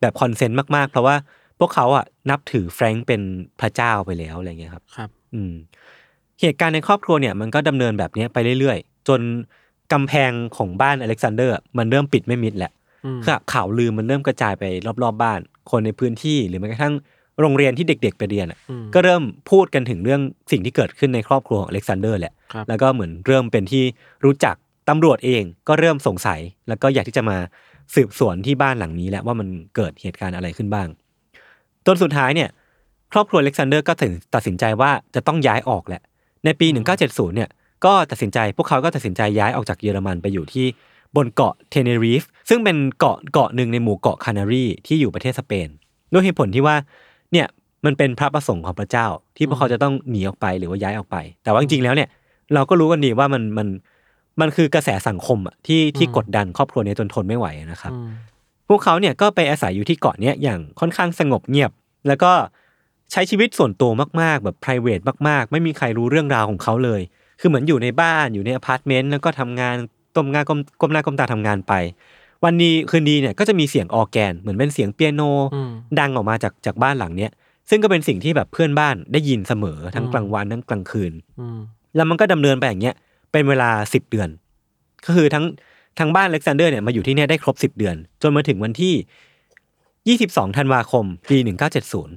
Speaker 1: แบบคอนเซนต์มาก ๆ เพราะว่าพวกเขาอ่ะนับถือแฟรงค์เป็นพระเจ้าไปแล้วอะไรเงี้ยครับ
Speaker 2: ครับ
Speaker 1: อืมเหตุการณ์ในครอบครัวเนี่ยมันก็ดำเนินแบบเนี้ยไปเรื่อยๆ จนกำแพงของบ้านอเล็กซานเดอร์อะมันเริ่มปิดไม่มิดแหละ
Speaker 2: อืม
Speaker 1: ค่ะข่าวลือมันเริ่มกระจายไปรอบๆบ้าน คนในพื้นที่หรือแม้กระทั่งโรงเรียนที่เด็ก ๆ ไปเรียนอะ
Speaker 2: อืม
Speaker 1: ก็เริ่มพูดกันถึงเรื่องสิ่งที่เกิดขึ้นในครอบครัวของอเล็กซานเดอร์แหละ
Speaker 2: ครับ
Speaker 1: แล้วก็เหมือนเริ่มเป็นที่รู้จักตำรวจเองก็เริ่มสงสัย แล้วก็อยากที่จะมาสืบสวนที่บ้านหลังนี้แหล้วว่ามันเกิดเหตุการณ์อะไรขึ้นบ้าง จนสุดท้ายเนี่ย ครอบครัวอเล็กซานเดอร์ก็ถึงตัดสินใจว่าจะต้องย้ายออกแหละ ในปี 1970 เนี่ยก็ตัดสินใจพวกเขาก็ตัดสินใจย้ายออกจากเยอรมันไปอยู่ที่บนเกาะเทเนรีฟซึ่งเป็นเกาะเกาะหนึ่งในหมู่เกาะคานารีที่อยู่ประเทศสเปนด้วยเหตุผลที่ว่าเนี่ยมันเป็นพระประสงค์ของพระเจ้า ที่พวกเขาจะต้องหนีออกไปหรือว่าย้ายออกไป แต่ว่าจริงๆแล้วเนี่ย เราก็รู้กันดีว่ามันมันมันคือกระแสสังคมอะที่ที่กดดันครอบครัวเนี้จนทนไม่ไหวนะครับ พวกเขาเนี่ยก็ไปอาศัยอยู่ที่เกาะเนี้ยอย่างค่อนข้างสงบเงียบ แล้วก็ใช้ชีวิตส่วนตัวมากๆ แบบ p r i v a t มาก ๆ ไม่มีใครรู้เรื่องราวของเขาเลย คือเหมือนอยู่ในบ้านอยู่ในอพาร์ตเมนต์แล้วก็ทำงานก้มหน้าก้มก้มหน้าก้มตาทำงานไป วันดีคืนดีเนี่ยก็จะมีเสียงออร์แกน เหมือนเป็นเสียงเปียโน ดังออกมาจากจากบ้านหลังเนี้ยซึ่งก็เป็นสิ่งที่แบบเพื่อนบ้านได้ยินเสมอทั้งกลางวันทั้งกลางคืน แล้วมันก็ดำเนินไปอย่างเงี้ยเป็นเวลาสิบเดือน ก็คือทั้งทั้งบ้านอเล็กซานเดอร์เนี่ยมาอยู่ที่เนี่ยได้ครบสิบเดือน จนมาถึงวันที่ยี่สิบสองธันวาคม ปีหนึ่งเก้าเจ็ดศูนย์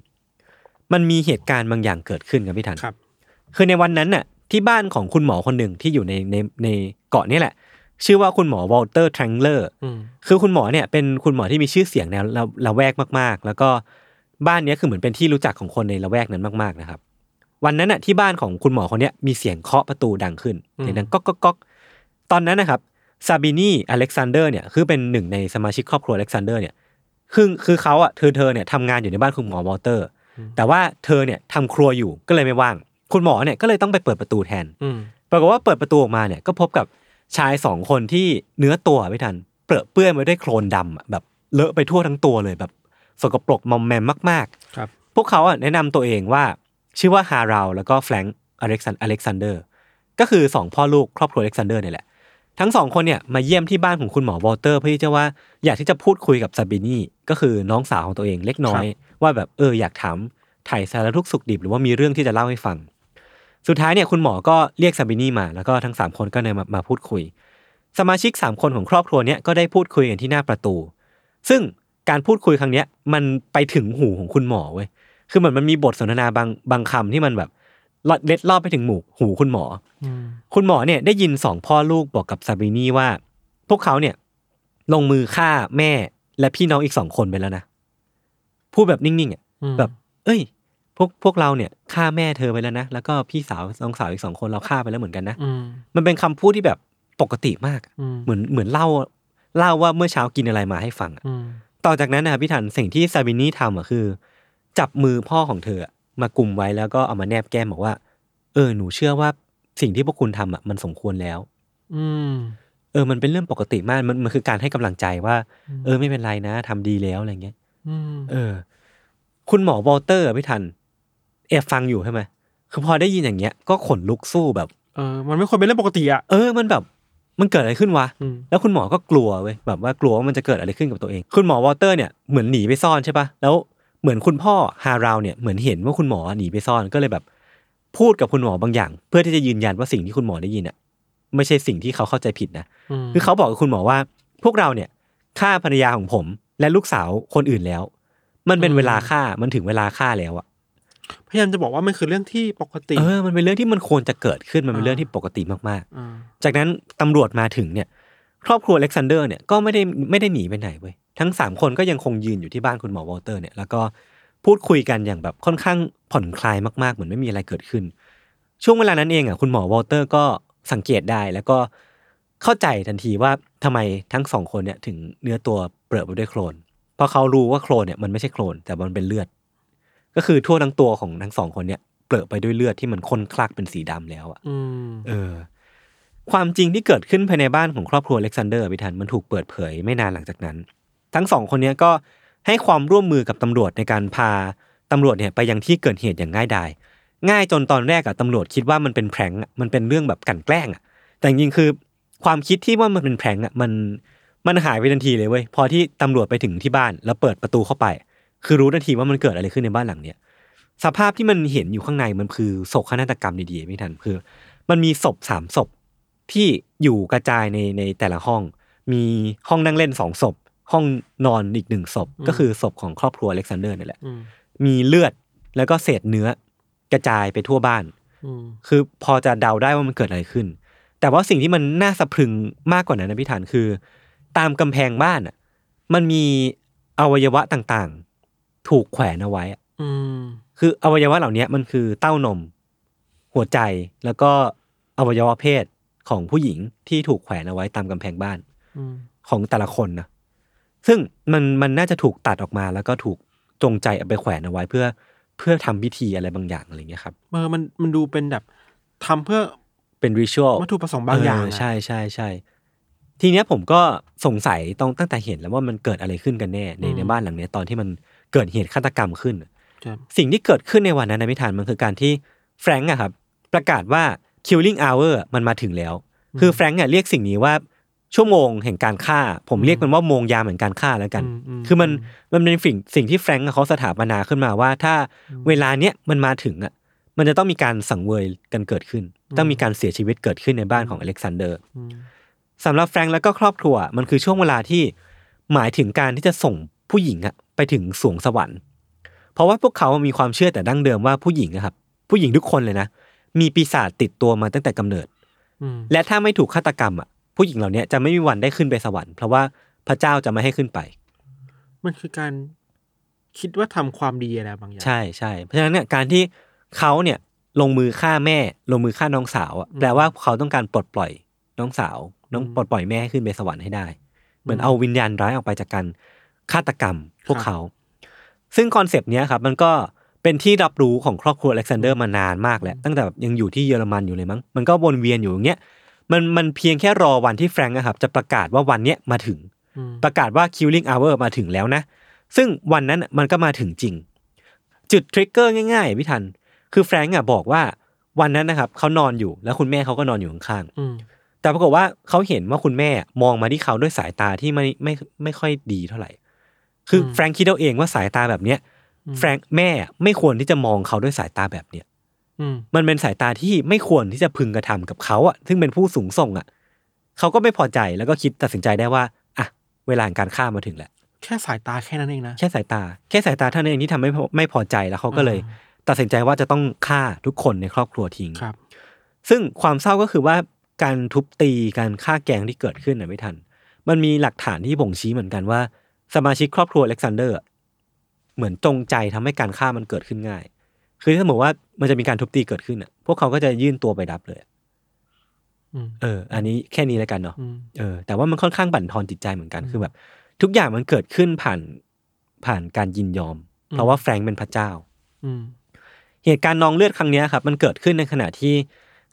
Speaker 1: มันมีเหตุการณ์บางอย่างเกิดขึ้นครับพี่ทัน
Speaker 2: ครับ
Speaker 1: คือในวันนั้นน่ะที่บ้านของคุณหมอคนหนึ่งที่อยู่ในในในเกาะนี่แหละ ชื่อว่าคุณหมอวอลเตอร์ทรังเลอร์ คือคุณหมอเนี่ยเป็นคุณหมอที่มีชื่อเสียงในละละแวกมากๆ แล้วก็บ้านเนี้ยคือเหมือนเป็นที่รู้จักของคนในละแวกนั้นมากๆนะครับ วันนั้นน่ะที่บ้านของคุณหมอคนเนี้ยมีเสียงเคาะประตูดังขึ้นเสียงดังก๊อกก๊อกก๊อกตอนนั้นนะครับซาบินีอเล็กซานเดอร์เนี่ยคือเป็นหนึ่งในสมาชิกครอบครัวอเล็กซานเดอร์เนี่ยคือคือเขาอ่ะเธอเธอเนี่ยทำงานอยู่ในบ้านคุณหมอวอลเตอร์ แต่ว่าเธอเนี่ยทำครัวอยู่ก็เลยไม่ว่าง คุณหมอเนี่ยก็เลยต้องไปเปิดประตูแทน ปรากฏว่าเปิดประตูออกมาเนี่ยก็พบกับชายสองคนที่เนื้อตัวไม่ทัน เปรอะเปื้อนไปด้วยโคลนดำอะแบบเลอะไปทั่วทั้งตัวเลยแบบสกปรกมอมแมมมาก
Speaker 2: ครับ
Speaker 1: ๆ พวกเขาอะแนะนำตัวเองว่าชื่อว่าฮาราวแล้วก็แฟรงค์อเล็กซานอเล็กซานเดอร์ก็คือสองพ่อลูกครอบครัวอเล็กซานเดอร์เนี่ยแหละ ทั้งสองคนเนี่ยมาเยี่ยมที่บ้านของคุณหมอวอลเตอร์เพื่อที่จะว่าอยากที่จะพูดคุยกับซาบินี่ก็คือน้องสาวของตัวเองเล็กน้อย ว่าแบบเอออยากถามไถ่สารทุกข์สุขดิบหรือว่ามีเรื่องที่จะเล่าให้ฟัง สุดท้ายเนี่ยคุณหมอก็เรียกซาบินี่มา แล้วก็ทั้ง 3 คนก็เลยมามาพูดคุย สมาชิก 3 คนของครอบครัวเนี่ยก็ได้พูดคุยกันที่หน้าประตู ซึ่งการพูดคุยครั้งเนี้ยมันไปถึงหูของคุณหมอเว้ยคือเหมือนมันมีบทสนทนาบางบางคำที่มันแบบลอดเล็ดลอดไปถึงหมูหูคุณหมออคุณหมอเนี่ยได้ยินสองพ่อลูกบอกกับซาบินี่ว่า พวกเขาเนี่ยลงมือฆ่าแม่และพี่น้องอีกสองคนไปแล้วนะพูดแบบนิ่งๆอ่ะ แบบเอ้ย พวกพวกเราเนี่ยฆ่าแม่เธอไปแล้วนะ แล้วก็พี่สาวน้องสาวอีกสองคนเราฆ่าไปแล้วเหมือนกันนะ มันเป็นคำพูดที่แบบ ปกติมาก
Speaker 2: อืม
Speaker 1: เหมือนเหมือนเล่าเล่าว่าเมื่อเช้ากินอะไรมาให้ฟังอะ
Speaker 2: อืม
Speaker 1: ต่อจากนั้นนะครับพี่ทันสิ่งที่ซาบินี่ทำอ่ะคือ จับมือพ่อของเธออะมากลุ่มไว้แล้วก็เอามาแนบแก้มบอกว่า เออหนูเชื่อว่าสิ่งที่พวกคุณทำอ่ะมันสมควรแล้ว
Speaker 2: อืม
Speaker 1: เออมันเป็นเรื่องปกติมากมันมันคือการให้กำลังใจว่า
Speaker 2: อืม
Speaker 1: เออไม่เป็นไรนะทำดีแล้วอะไรเงี้ย
Speaker 2: อืม
Speaker 1: เออ คุณหมอวอลเตอร์อะพี่ทันแอบฟังอยู่ใช่ไหมคือพอได้ยินอย่างเงี้ย ก็ขนลุกสู้แบบ
Speaker 2: เออมันไม่ควรเป็นเรื่องปกติอ่ะ
Speaker 1: เออมันแบบมันเกิดอะไรขึ้นวะ
Speaker 2: อืม
Speaker 1: แล้วคุณหมอก็กลัวเว้ยแบบว่ากลัวว่ามันจะเกิดอะไรขึ้นกับตัวเอง คุณหมอวอลเตอร์เนี่ยเหมือนหนีไปซ่อนใช่ปะแล้วเหมือนคุณพ่อฮาราวเนี่ยเหมือนเห็นว่าคุณหมอหนีไปซ่อนก็เลยแบบ พูดกับคุณหมอบางอย่าง เพื่อที่จะยืนยันว่าสิ่งที่คุณหมอได้ยินอ่ะ ไม่ใช่สิ่งที่เขาเข้าใจผิดนะ
Speaker 2: ม
Speaker 1: คือเขาบอกกับคุณหมอว่า พวกเราเนี่ยฆ่าภรรยาของผม และลูกสาวคนอื่นแล้ว มันเป็นเวลาฆ่ามันถึงเวลาฆ่าแล้วอะ
Speaker 2: พยายามจะบอกว่ามันคือเรื่องที่ปกติ
Speaker 1: เออมันเป็นเรื่องที่มันควรจะเกิดขึ้นมันเป็น
Speaker 2: อ่า
Speaker 1: เรื่องที่ปกติมาก
Speaker 2: อ่า
Speaker 1: ๆ จากนั้นตำรวจมาถึงเนี่ย ครอบครัวอเล็กซานเดอร์เนี่ยก็ไม่ได้ไม่ได้หนีไปไหนเว้ยทั้งสามคนก็ยังคงยืนอยู่ที่บ้านคุณหมอวอลเตอร์เนี่ยแล้วก็พูดคุยกันอย่างแบบค่อนข้างผ่อนคลายมากๆ เหมือนไม่มีอะไรเกิดขึ้น ช่วงเวลานั้นเองอ่ะคุณหมอวอลเตอร์ก็สังเกตได้แล้วก็เข้าใจทันทีว่าทำไมทั้งสองคนเนี่ยถึงเนื้อตัวเปรอะไปด้วยโคลนเพราะเขารู้ว่าโคลนเนี่ยมันไม่ใช่โคลนแต่มันเป็นเลือด ก็คือทั่วทั้งตัวของทั้งสองคนเนี่ยเปรอะไปด้วยเลือดที่มันข้นคลักเป็นสีดำแล้วอ่ะ
Speaker 2: อืม
Speaker 1: เออความจริงที่เกิดขึ้นภายในบ้านของครอบครัวอเล็กซานเดอร์พิทันมันถูกเปิดเผยไม่นานหลังจากนั้น ทั้งสองคนเนี้ยก็ให้ความร่วมมือกับตำรวจในการพาตำรวจเนี่ยไปยังที่เกิดเหตุอย่างง่ายดายง่ายจนตอนแรกอะตำรวจคิดว่ามันเป็นแพร้งอะมันเป็นเรื่องแบบกลันแกล้งอะแต่จริงๆคือ ความคิดที่ว่ามันเป็นแพร้งอะมันมันหายไปทันทีเลยเว้ยพอที่ตำรวจไปถึงที่บ้านแล้วเปิดประตูเข้าไป คือรู้ทันทีว่ามันเกิดอะไรขึ้นในบ้านหลังเนี้ยสภาพที่มันเห็นอยู่ข้างในมันคือโศกนาฏกรรมดีๆไม่ทันคือ มันมีศพสามศพที่อยู่กระจายในในแต่ละห้อง มีห้องนั่งเล่นสองศพ ห้องนอนอีกหนึ่งศพ ก็คือศพของครอบครัวอเล็กซานเดอร์นี่แหละ
Speaker 2: อืม
Speaker 1: มีเลือดแล้วก็เศษเนื้อกระจายไปทั่วบ้าน
Speaker 2: อืม
Speaker 1: คือพอจะเดาได้ว่ามันเกิดอะไรขึ้น แต่ว่าสิ่งที่มันน่าสะพรึงมากกว่านั้นนะพี่ฐานคือ ตามกำแพงบ้านอ่ะ มันมีอวัยวะต่างๆ ถูกแขวนเอาไว้อะ
Speaker 2: อืม
Speaker 1: คืออวัยวะเหล่านี้มันคือเต้านม หัวใจแล้วก็อวัยวะเพศของผู้หญิงที่ถูกแขวนเอาไว้ตามกำแพงบ้าน
Speaker 2: อืม
Speaker 1: ของแต่ละคนนะซึ่งมันมันน่าจะถูกตัดออกมาแล้วก็ถูกจงใจเอาไปแขวนเอาไว้เพื่อเพื่อทำพิธีอะไรบางอย่างอะไรเงี้ยครับ
Speaker 2: เออมันมันดูเป็นแบบทำเพื่อ
Speaker 1: เป็นริชวล
Speaker 2: วัตถุประสงค์บางอย่างอะ
Speaker 1: เใช่ใช่ใช่ทีเนี้ยผมก็สงสัยต้องตั้งแต่เห็นแล้วว่ามันเกิดอะไรขึ้นกันแน่ในในบ้านหลังเนี้ยตอนที่มันเกิดเหตุฆาตกรรมขึ้น
Speaker 2: ครับ
Speaker 1: สิ่งที่เกิดขึ้นในวันนั้นนะพิธานมันคือการที่แฟรงก์อะครับ ประกาศว่า killing hour อะมันมาถึงแล้ว คือแฟรงก์อะเรียกสิ่งนี้ว่าชั่วโมงแห่งการฆ่า ผมเรียกมันว่าโมงยามแห่งการฆ่าแล้วกัน คือมันมันเป็นสิ่งสิ่งที่แฟรงก์อะเขาสถาปนาขึ้นมาว่า ถ้าเวลาเนี้ยมันมาถึงอะมันจะต้องมีการสังเวยกันเกิดขึ้น ต้องมีการเสียชีวิตเกิดขึ้นในบ้านของอเล็กซานเดอร์
Speaker 2: อืม
Speaker 1: สำหรับแฟรงค์แล้วก็ครอบครัว มันคือช่วงเวลาที่หมายถึงการที่จะส่งผู้หญิงอะไปถึงสวงสวรรค์ เพราะว่าพวกเขามีความเชื่อแต่ดั้งเดิมว่าผู้หญิงอะครับ ผู้หญิงทุกคนเลยนะ มีปีศาจติดตัวมาตั้งแต่กำเนิด
Speaker 2: อืม
Speaker 1: และถ้าไม่ถูกฆาตกรรมอะผู้หญิงเหล่าเนี้ยจะไม่มีวันได้ขึ้นไปสวรรค์เพราะว่าพระเจ้าจะไม่ให้ขึ้นไป
Speaker 2: มันคือการคิดว่าทำความดีอะไรบางอย่าง
Speaker 1: ใช่ใช่เพราะฉะนั้นเนี่ยการที่เขาเนี่ยลงมือฆ่าแม่ ลงมือฆ่าน้องสาวอะแปลว่าเขาต้องการปลดปล่อยน้องสาว น้องปลดปล่อยแม่ให้ขึ้นไปสวรรค์ให้ได้ เหมือนเอาวิญญาณร้ายออกไปจากการฆาตกรรมพวกเขา ซึ่งคอนเซปต์เนี้ยครับมันก็เป็นที่รับรู้ของครอบครัวอเล็กซานเดอร์มานานมากแล้ว ตั้งแต่แบบยังอยู่ที่เยอรมันอยู่เลยมั้งมันก็วนเวียนอยู่อย่างเงี้ยมันมันเพียงแค่รอวันที่แฟรงก์อะครับจะประกาศว่าวันเนี้ยมาถึง
Speaker 2: อืม
Speaker 1: ประกาศว่า killing hour มาถึงแล้วนะ ซึ่งวันนั้นน่ะมันก็มาถึงจริง จุดทริกเกอร์ง่ายๆพี่ทัน คือแฟรงก์อ่ะบอกว่าวันนั้นนะครับเขานอนอยู่แล้วคุณแม่เขาก็นอนอยู่ข้าง
Speaker 2: อืม
Speaker 1: ๆแต่ปรากฏว่าเขาเห็นว่าคุณแม่มองมาที่เขาด้วยสายตาที่ไม่ไม่ไม่ค่อยดีเท่าไหร่ คืออแฟรงก์คิดเอาเองว่าสายตาแบบเนี้ยแฟรงก์แม่ไม่ควรที่จะมองเขาด้วยสายตาแบบเนี้ย
Speaker 2: อืม
Speaker 1: มันเป็นสายตาที่ไม่ควรที่จะพึงกระทำกับเขาอะซึ่งเป็นผู้สูงส่งอะเขาก็ไม่พอใจแล้วก็คิดตัดสินใจได้ว่าอ่ะเวลาแห่งการฆ่ามาถึงแล้ว
Speaker 2: แค่สายตาแค่นั้นเองนะ
Speaker 1: แค่สายตา แค่สายตาเท่านั้นเองที่ทำให้ไม่พอใจแล้วเขาก็เลย ตัดสินใจว่าจะต้องฆ่าทุกคนในครอบครัวทิ้ง
Speaker 2: ครับ
Speaker 1: ซึ่งความเศร้าก็คือว่าการทุบตีการฆ่าแกล้งที่เกิดขึ้นน่ะไม่ทัน มันมีหลักฐานที่บ่งชี้เหมือนกันว่า สมาชิกครอบครัวอเล็กซานเดอร์อะเหมือนจงใจทำให้การฆ่ามันเกิดขึ้นง่าย คือถ้าสมมติว่ามันจะมีการทุบตีเกิดขึ้นอ่ะ พวกเขาก็จะยื่นตัวไปรับเลยอะ
Speaker 2: อืม
Speaker 1: เออ อันนี้แค่นี้แล้วกันเนาะ
Speaker 2: อืม
Speaker 1: เออแต่ว่ามันค่อนข้างบั่นทอนจิตใจเหมือนกันคือแบบ ทุกอย่างมันเกิดขึ้นผ่านผ่านการยินยอม
Speaker 2: อืม
Speaker 1: เพราะว่าแฟรงค์เป็นพระเจ้า
Speaker 2: อืม
Speaker 1: เหตุการณ์นองเลือดครั้งเนี้ยครับ มันเกิดขึ้นในขณะที่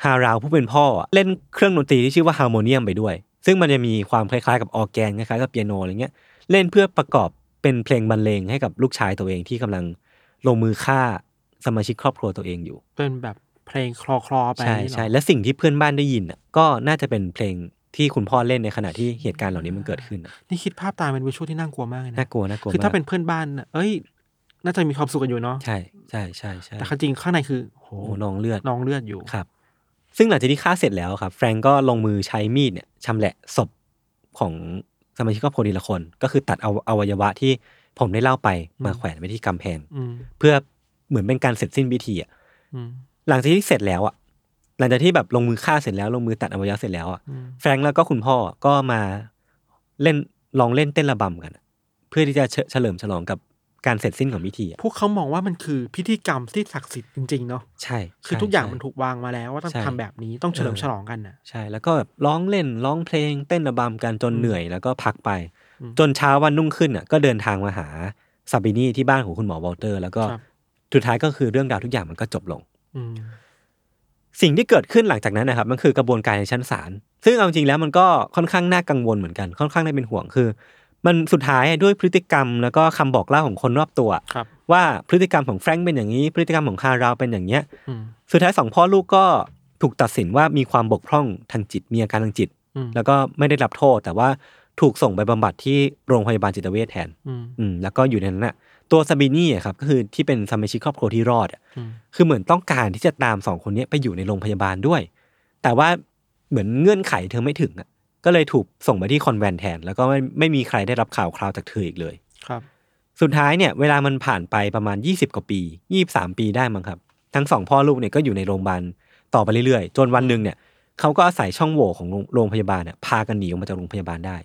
Speaker 1: ฮาราวผู้เป็นพ่ออะเล่นเครื่องดนตรีที่ชื่อว่าฮาร์โมเนียมไปด้วย ซึ่งมันจะมีความคล้ายๆกับออร์แกนคล้ายๆกับเปียโนอะไรเงี้ยเล่นเพื่อประกอบเป็นเพลงบรรเลงให้กับลูกชายตัวเองที่กำลังลงมือฆ่าสมาชิกครอบครัวตัวเองอยู่
Speaker 2: เป็นแบบเพลงคลอคลอๆไป
Speaker 1: ใช่
Speaker 2: นี่เหรอ
Speaker 1: ใช่และสิ่งที่เพื่อนบ้านได้ยินอะก็น่าจะเป็นเพลงที่คุณพ่อเล่นในขณะที่เหตุการณ์เหล่านี้มันเกิดขึ้นอะ
Speaker 2: นี่คิดภาพตามเป็นวิชวลที่น่ากลัวมากเลยนะ
Speaker 1: น่ากลัวน่ากลัว
Speaker 2: คือถ้าม
Speaker 1: ก
Speaker 2: เป็นเพื่อนบ้านน่ะเอ้ย น่าจะมีความสุขกันอยู่เนาะ
Speaker 1: ใช่ใช่ใช่ใช่
Speaker 2: แต่ความจริงข้างในคือโห
Speaker 1: โอ้โหนองเลือด
Speaker 2: นองเลือดอยู่
Speaker 1: ครับ ซึ่งหลังจากที่ฆ่าเสร็จแล้วครับ แฟรงก์ก็ลงมือใช้มีดเนี่ยชำแหละศพของสมาชิกครอบครัวทีละคน ก็คือตัดเอาอวัยวะที่ผมได้เล่าไปมาแขวนไว้ที่กำแพง
Speaker 2: อืม
Speaker 1: เพื่อเหมือนเป็นการเสร็จสิ้นพิธีอ่ะ
Speaker 2: อืม
Speaker 1: หลังจากที่เสร็จแล้วอ่ะหลังจากที่แบบลงมือฆ่าเสร็จแล้วลงมือตัดอวัยวะเสร็จแล้วอ่ะ
Speaker 2: อืม
Speaker 1: แฟรงก์แล้วก็คุณพ่อก็มาเล่นลองเล่นเต้นระบำกันอะเพื่อที่จะเฉเฉลิมฉลองกับการเสร็จสิ้นของพิธีอะ
Speaker 2: พวกเขามองว่ามันคือพิธีกรรมที่ศักดิ์สิทธิ์จริงๆเนาะ
Speaker 1: ใช่
Speaker 2: คือ
Speaker 1: ใช่
Speaker 2: ทุกอย่าง
Speaker 1: ใช่
Speaker 2: มันถูกวางมาแล้วว่าต้อง
Speaker 1: ใช่
Speaker 2: ทำแบบนี้ต้องเฉลิมฉลองกันน่ะ
Speaker 1: ใช่แล้วก็แบบร้องเล่นร้องเพลงเต้นระบำกันจน
Speaker 2: อืม
Speaker 1: เหนื่อยแล้วก็พักไป
Speaker 2: อืม
Speaker 1: จนเช้าวันนุ่งขึ้นอ่ะก็เดินทางมาหาซาบินี่ที่บ้านของคุณหมอวอลเตอร์ แล้วก็
Speaker 2: ครับ
Speaker 1: สุดท้ายก็คือเรื่องราวทุกอย่างมันก็จบลง
Speaker 2: อืม
Speaker 1: สิ่งที่เกิดขึ้นหลังจากนั้นนะครับ มันคือกระบวนการในชั้นศาลซึ่งเอาจริงแล้วมันก็ค่อนข้างน่ากังวลเหมือนกันค่อนข้างน่าเป็นห่วงคือ มันสุดท้ายอะด้วยพฤติกรรม แล้วก็คำบอกเล่าของคนรอบตัวอะ
Speaker 2: ครับ
Speaker 1: ว่าพฤติกรรมของแฟรงก์เป็นอย่างนี้ พฤติกรรมของคาราวเป็นอย่างเนี้ย
Speaker 2: อืม
Speaker 1: สุดท้ายสองพ่อลูกก็ถูกตัดสินว่ามีความบกพร่องทางจิตมีอาการทางจิต
Speaker 2: อืม
Speaker 1: แล้วก็ไม่ได้รับโทษ แต่ว่าถูกส่งไปบำบัดที่โรงพยาบาลจิตเวชแทน
Speaker 2: อืม
Speaker 1: อืมแล้วก็อยู่ในนั้นน่ะ ตัวซาบินี่อะครับก็คือที่เป็นสมาชิกครอบครัวที่รอดอะ
Speaker 2: อืม
Speaker 1: คือเหมือนต้องการที่จะตามสองคนเนี้ยไปอยู่ในโรงพยาบาลด้วย แต่ว่าเหมือนเงื่อนไขเธอไม่ถึงอ่ะก็เลยถูกส่งไปที่คอนแวนต์แทน แล้วก็ไม่ไม่มีใครได้รับข่าวคราวจากเธออีกเลย
Speaker 2: ครับ
Speaker 1: สุดท้ายเนี่ยเวลามันผ่านไปประมาณ 20 กว่าปี 23 ปีได้มั้งครับ ทั้งสองพ่อลูกเนี่ยก็อยู่ในโรงพยาบาลต่อไปเรื่อยๆ จนวันหนึ่งเนี่ยเขาก็อาศัยช่องโหว่ของโรงโรงพยาบาลเนี่ยพากันหนีออกมาจากโรงพยาบาลได้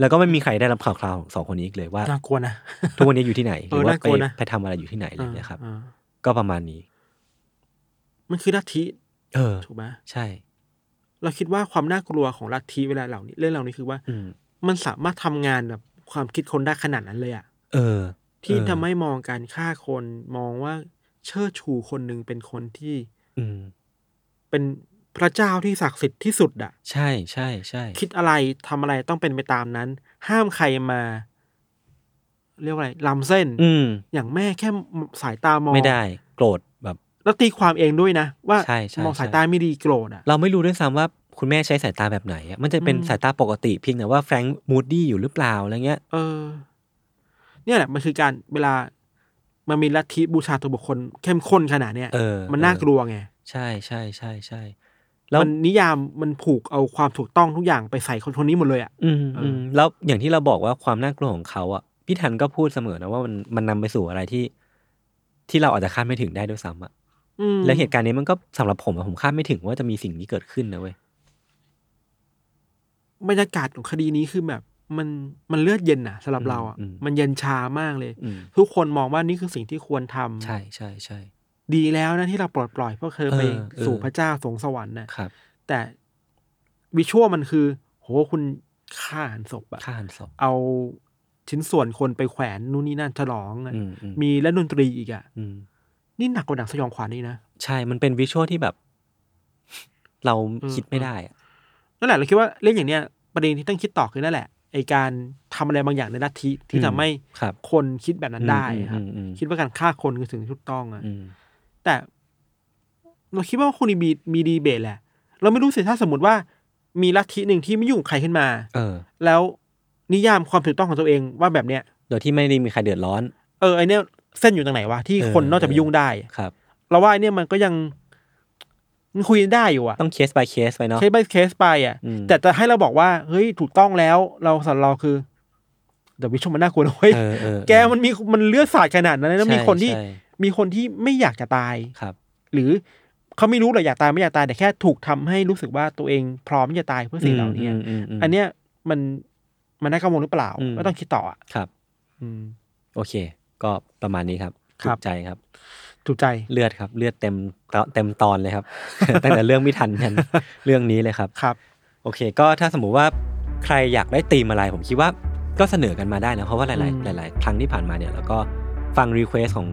Speaker 1: แล้วก็ไม่มีใครได้รับข่าวคราวของสองคนนี้อีกเลยว่า
Speaker 2: น่ากลัวนะ
Speaker 1: ทุกวันนี้อยู่ที่ไหนห
Speaker 2: เอ
Speaker 1: รือ อว่า
Speaker 2: น่าก
Speaker 1: ไป
Speaker 2: ลัวนะ
Speaker 1: ไปทำอะไรอยู่ที่ไหนอะไรอย่างเงี้ยครับ
Speaker 2: อ่า
Speaker 1: ก็ประมาณนี้
Speaker 2: มันคือลัทธิ
Speaker 1: เออ
Speaker 2: ถูกไหม
Speaker 1: ใช่
Speaker 2: เราคิดว่าความน่ากลัวของลัทธิเวลาเหล่านี้เรื่องเหล่านี้คือว่า
Speaker 1: อืม
Speaker 2: มันสามารถทำงานแบบความคิดคนได้ขนาดนั้นเลยอะ
Speaker 1: เออ
Speaker 2: ที่
Speaker 1: เออ
Speaker 2: ทำให้มองการฆ่าคนมองว่าเชิดชูคนหนึ่งเป็นคนที่
Speaker 1: อืม
Speaker 2: เป็นพระเจ้าที่ศักดิ์สิทธิ์ที่สุดอะ
Speaker 1: ใช่ใช่ใช่
Speaker 2: คิดอะไรทำอะไรต้องเป็นไปตามนั้น ห้ามใครมา เรียกว่าอะไรล้ำเส้น
Speaker 1: อืม
Speaker 2: อย่างแม่แค่สายตามอง
Speaker 1: ไม่ได้โกรธแบบ
Speaker 2: แล้วตีความเองด้วยนะว่า
Speaker 1: ใช่ใช่
Speaker 2: มองสาย
Speaker 1: ใช่
Speaker 2: ตาไม่ดีโกรธอะ
Speaker 1: เราไม่รู้ด้วยซ้ำว่าคุณแม่ใช้สายตาแบบไหนอะมันจะเป็นสายตาปกติเพียงแต่ว่าแฟรงค์มูดดี้อยู่หรือเปล่าอะไรเงี้ย
Speaker 2: เออ เนี่ยแหละมันคือการเวลามันมีลัทธิบูชาตัวบุคคลเข้มข้นขนาดเนี้ย
Speaker 1: เออ
Speaker 2: มันน่า
Speaker 1: เออ
Speaker 2: กลัวไง
Speaker 1: ใช่ใช่ใช่ใช่ แล้ว
Speaker 2: มันนิยามมันผูกเอาความถูกต้องทุกอย่างไปใส่คนคนนี้หมดเลยอ่ะ
Speaker 1: อืม
Speaker 2: เอออื
Speaker 1: อืมแล้วอย่างที่เราบอกว่าความน่ากลัวของเขาอ่ะพี่ทันก็พูดเสมอนะว่ามันมันนำไปสู่อะไรที่ ที่เราอาจจะคาดไม่ถึงได้ด้วยซ้ำอ่ะ
Speaker 2: อืม
Speaker 1: และเหตุการณ์นี้มันก็สำหรับผมอะผมคาดไม่ถึงว่าจะมีสิ่งนี้เกิดขึ้นนะเว้ย
Speaker 2: บรรยากาศของคดีนี้คือแบบ มันมันเลือดเย็นอ่ะสำหรับเราอ่ะมันเย็นชามากเลย
Speaker 1: อืม
Speaker 2: ทุกคนมองว่านี่คือสิ่งที่ควรทำ
Speaker 1: ใช่ใช่ใช่
Speaker 2: ดีแล้วนะที่เราปลดปล่อยพวกเธอไป
Speaker 1: เออเออ
Speaker 2: สู่พระเจ้าสงสวรรค์นะครับ แต่วิชวลมันคือ โหคุณฆ่าหันศพอ่ะ
Speaker 1: ฆ่าหันศพ
Speaker 2: เอาชิ้นส่วนคนไปแขวนนู่นนี่นั่นฉลองอะ
Speaker 1: อืมอืม
Speaker 2: มีและดนตรีอีกอ่ะ
Speaker 1: อืม
Speaker 2: นี่หนักกว่าหนังสยองขวัญนี่นะ
Speaker 1: ใช่มันเป็นวิชวลที่แบบ เราคิดไม่ได้อ่ะ
Speaker 2: นั่นแหละเราคิดว่าเรื่องอย่างเนี้ยประเด็นที่ต้องคิดต่อคือนั่นแหละไอการทำอะไรบางอย่างในลัทธิที่
Speaker 1: อืม
Speaker 2: ทำให้
Speaker 1: ครับ
Speaker 2: คนคิดแบบนั้นได้
Speaker 1: อืม
Speaker 2: ครับ
Speaker 1: อืมอืม
Speaker 2: คิดว่าการฆ่าคนคือสิ่งที่ถูกต้องอะ
Speaker 1: อืม
Speaker 2: แต่เราคิดว่าคนมีมีดีเบตแหละ เราไม่รู้สิถ้าสมมติว่ามีลัทธิหนึ่งที่ไม่ยุ่งกับใครขึ้นมา
Speaker 1: เออ
Speaker 2: แล้วนิยามความถูกต้องของตัวเองว่าแบบเนี้ย
Speaker 1: โดยที่ไม่ได้มีใครเดือดร้อน
Speaker 2: เออไอเนี้ยเส้นอยู่ตรงไหนวะที่
Speaker 1: เออ
Speaker 2: คนนอกจากไปยุ่งได้อะ
Speaker 1: ครับ
Speaker 2: เราว่าไอเนี้ยมันก็ยังมันคุยได้อยู่อะ
Speaker 1: ต้องเคส by เคสไปเนาะ
Speaker 2: เคส by เคสไปอ่ะ
Speaker 1: อืม
Speaker 2: แต่จะให้เราบอกว่า เฮ้ย ถูกต้องแล้ว เราสำหรับเราคือเดวิชมันน่ากลัวนะเว้ย
Speaker 1: เออเออ
Speaker 2: แกมันมีมันเลือดสาดขนาดนั้นนะแล้วมี
Speaker 1: ใช่
Speaker 2: คนที่
Speaker 1: ใช่
Speaker 2: มีคนที่ไม่อยากจะตาย
Speaker 1: ครับ
Speaker 2: หรือเขาไม่รู้หรอกอยากตายไม่อยากตายแต่แค่ถูกทำให้รู้สึกว่าตัวเองพร้อมที่จะตายเพื่อสิ่งเหล่านี้
Speaker 1: อืมอืมอืม
Speaker 2: อันเนี้ยมันมันน่ากังวลหรือเปล่า
Speaker 1: อืม
Speaker 2: ก็ต้องคิดต่ออ่ะ
Speaker 1: ครับ
Speaker 2: อืม
Speaker 1: โอเค ก็ประมาณนี้ครับ
Speaker 2: ครับ
Speaker 1: ถูกใจครับ
Speaker 2: จุใจ
Speaker 1: เลือดครับ เลือดเต็มตเต็มตอนเลย ครับ ตั้งแต่เรื่องไม่ทันกัน เรื่องนี้เลยครับ
Speaker 2: ครับ
Speaker 1: โอเค ก็ถ้าสมมุติว่าใครอยากได้ธีมอะไร ผมคิดว่าก็เสนอกันมาได้นะ เพราะว่าห
Speaker 2: อื
Speaker 1: ลาม ย ๆ หลาย ๆ ครั้งที่ผ่านมาเนี่ยเราก็ฟังรีเควสของ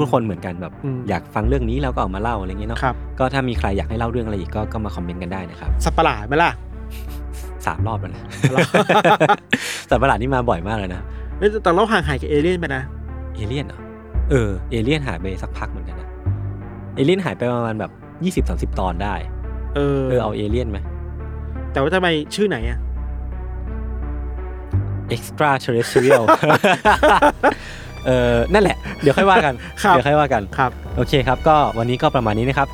Speaker 1: ทุกๆคนเหมือนกันแบบ
Speaker 2: อืม
Speaker 1: อยากฟังเรื่องนี้แล้วก็เออกมาเล่าอะไรอย่างเงี้ยเนาะ
Speaker 2: ครับ
Speaker 1: ก็ถ้ามีใครอยากให้เล่าเรื่องอะไรอีกก็ก็มาคอมเมนต์กันได้นะครับ
Speaker 2: สับประหลาดไหมล่ะ
Speaker 1: สามรอบ แล้วนะ สัตว์ประหลาดนี่มาบ่อยมากเลยนะ
Speaker 2: เอ้ยแต่แต่เราห่างหายกับเอเลี่ยนไปนะ
Speaker 1: เอเลี่ยนเหรอเออเอเลี่ยนหายไปสักพักเหมือนกันนะเอเลี่ยนหายไปประมาณแบบยี่สิบสามสิบตอนได้
Speaker 2: เออ
Speaker 1: เออเอาเอเลี่ยนไหม
Speaker 2: แต่ว่าทำไมชื่อไหนอ่ะ
Speaker 1: extraterrestrial เออนั่นแหละ เดี๋ยวค่อยว่ากัน
Speaker 2: ครับ
Speaker 1: เดี๋ยว ค่อยว่ากัน
Speaker 2: ครับ
Speaker 1: โอเคครับ ก็วันนี้ก็ประมาณนี้นะครับ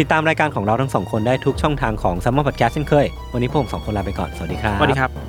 Speaker 1: ติดตามรายการของเราทั้งสองคนได้ทุกช่องทางของ s ัมมอ Podcast เช่นเคย วันนี้พวกผมสองคนลาไปก่อน สวัสดีครับ
Speaker 2: สวัสดีครับ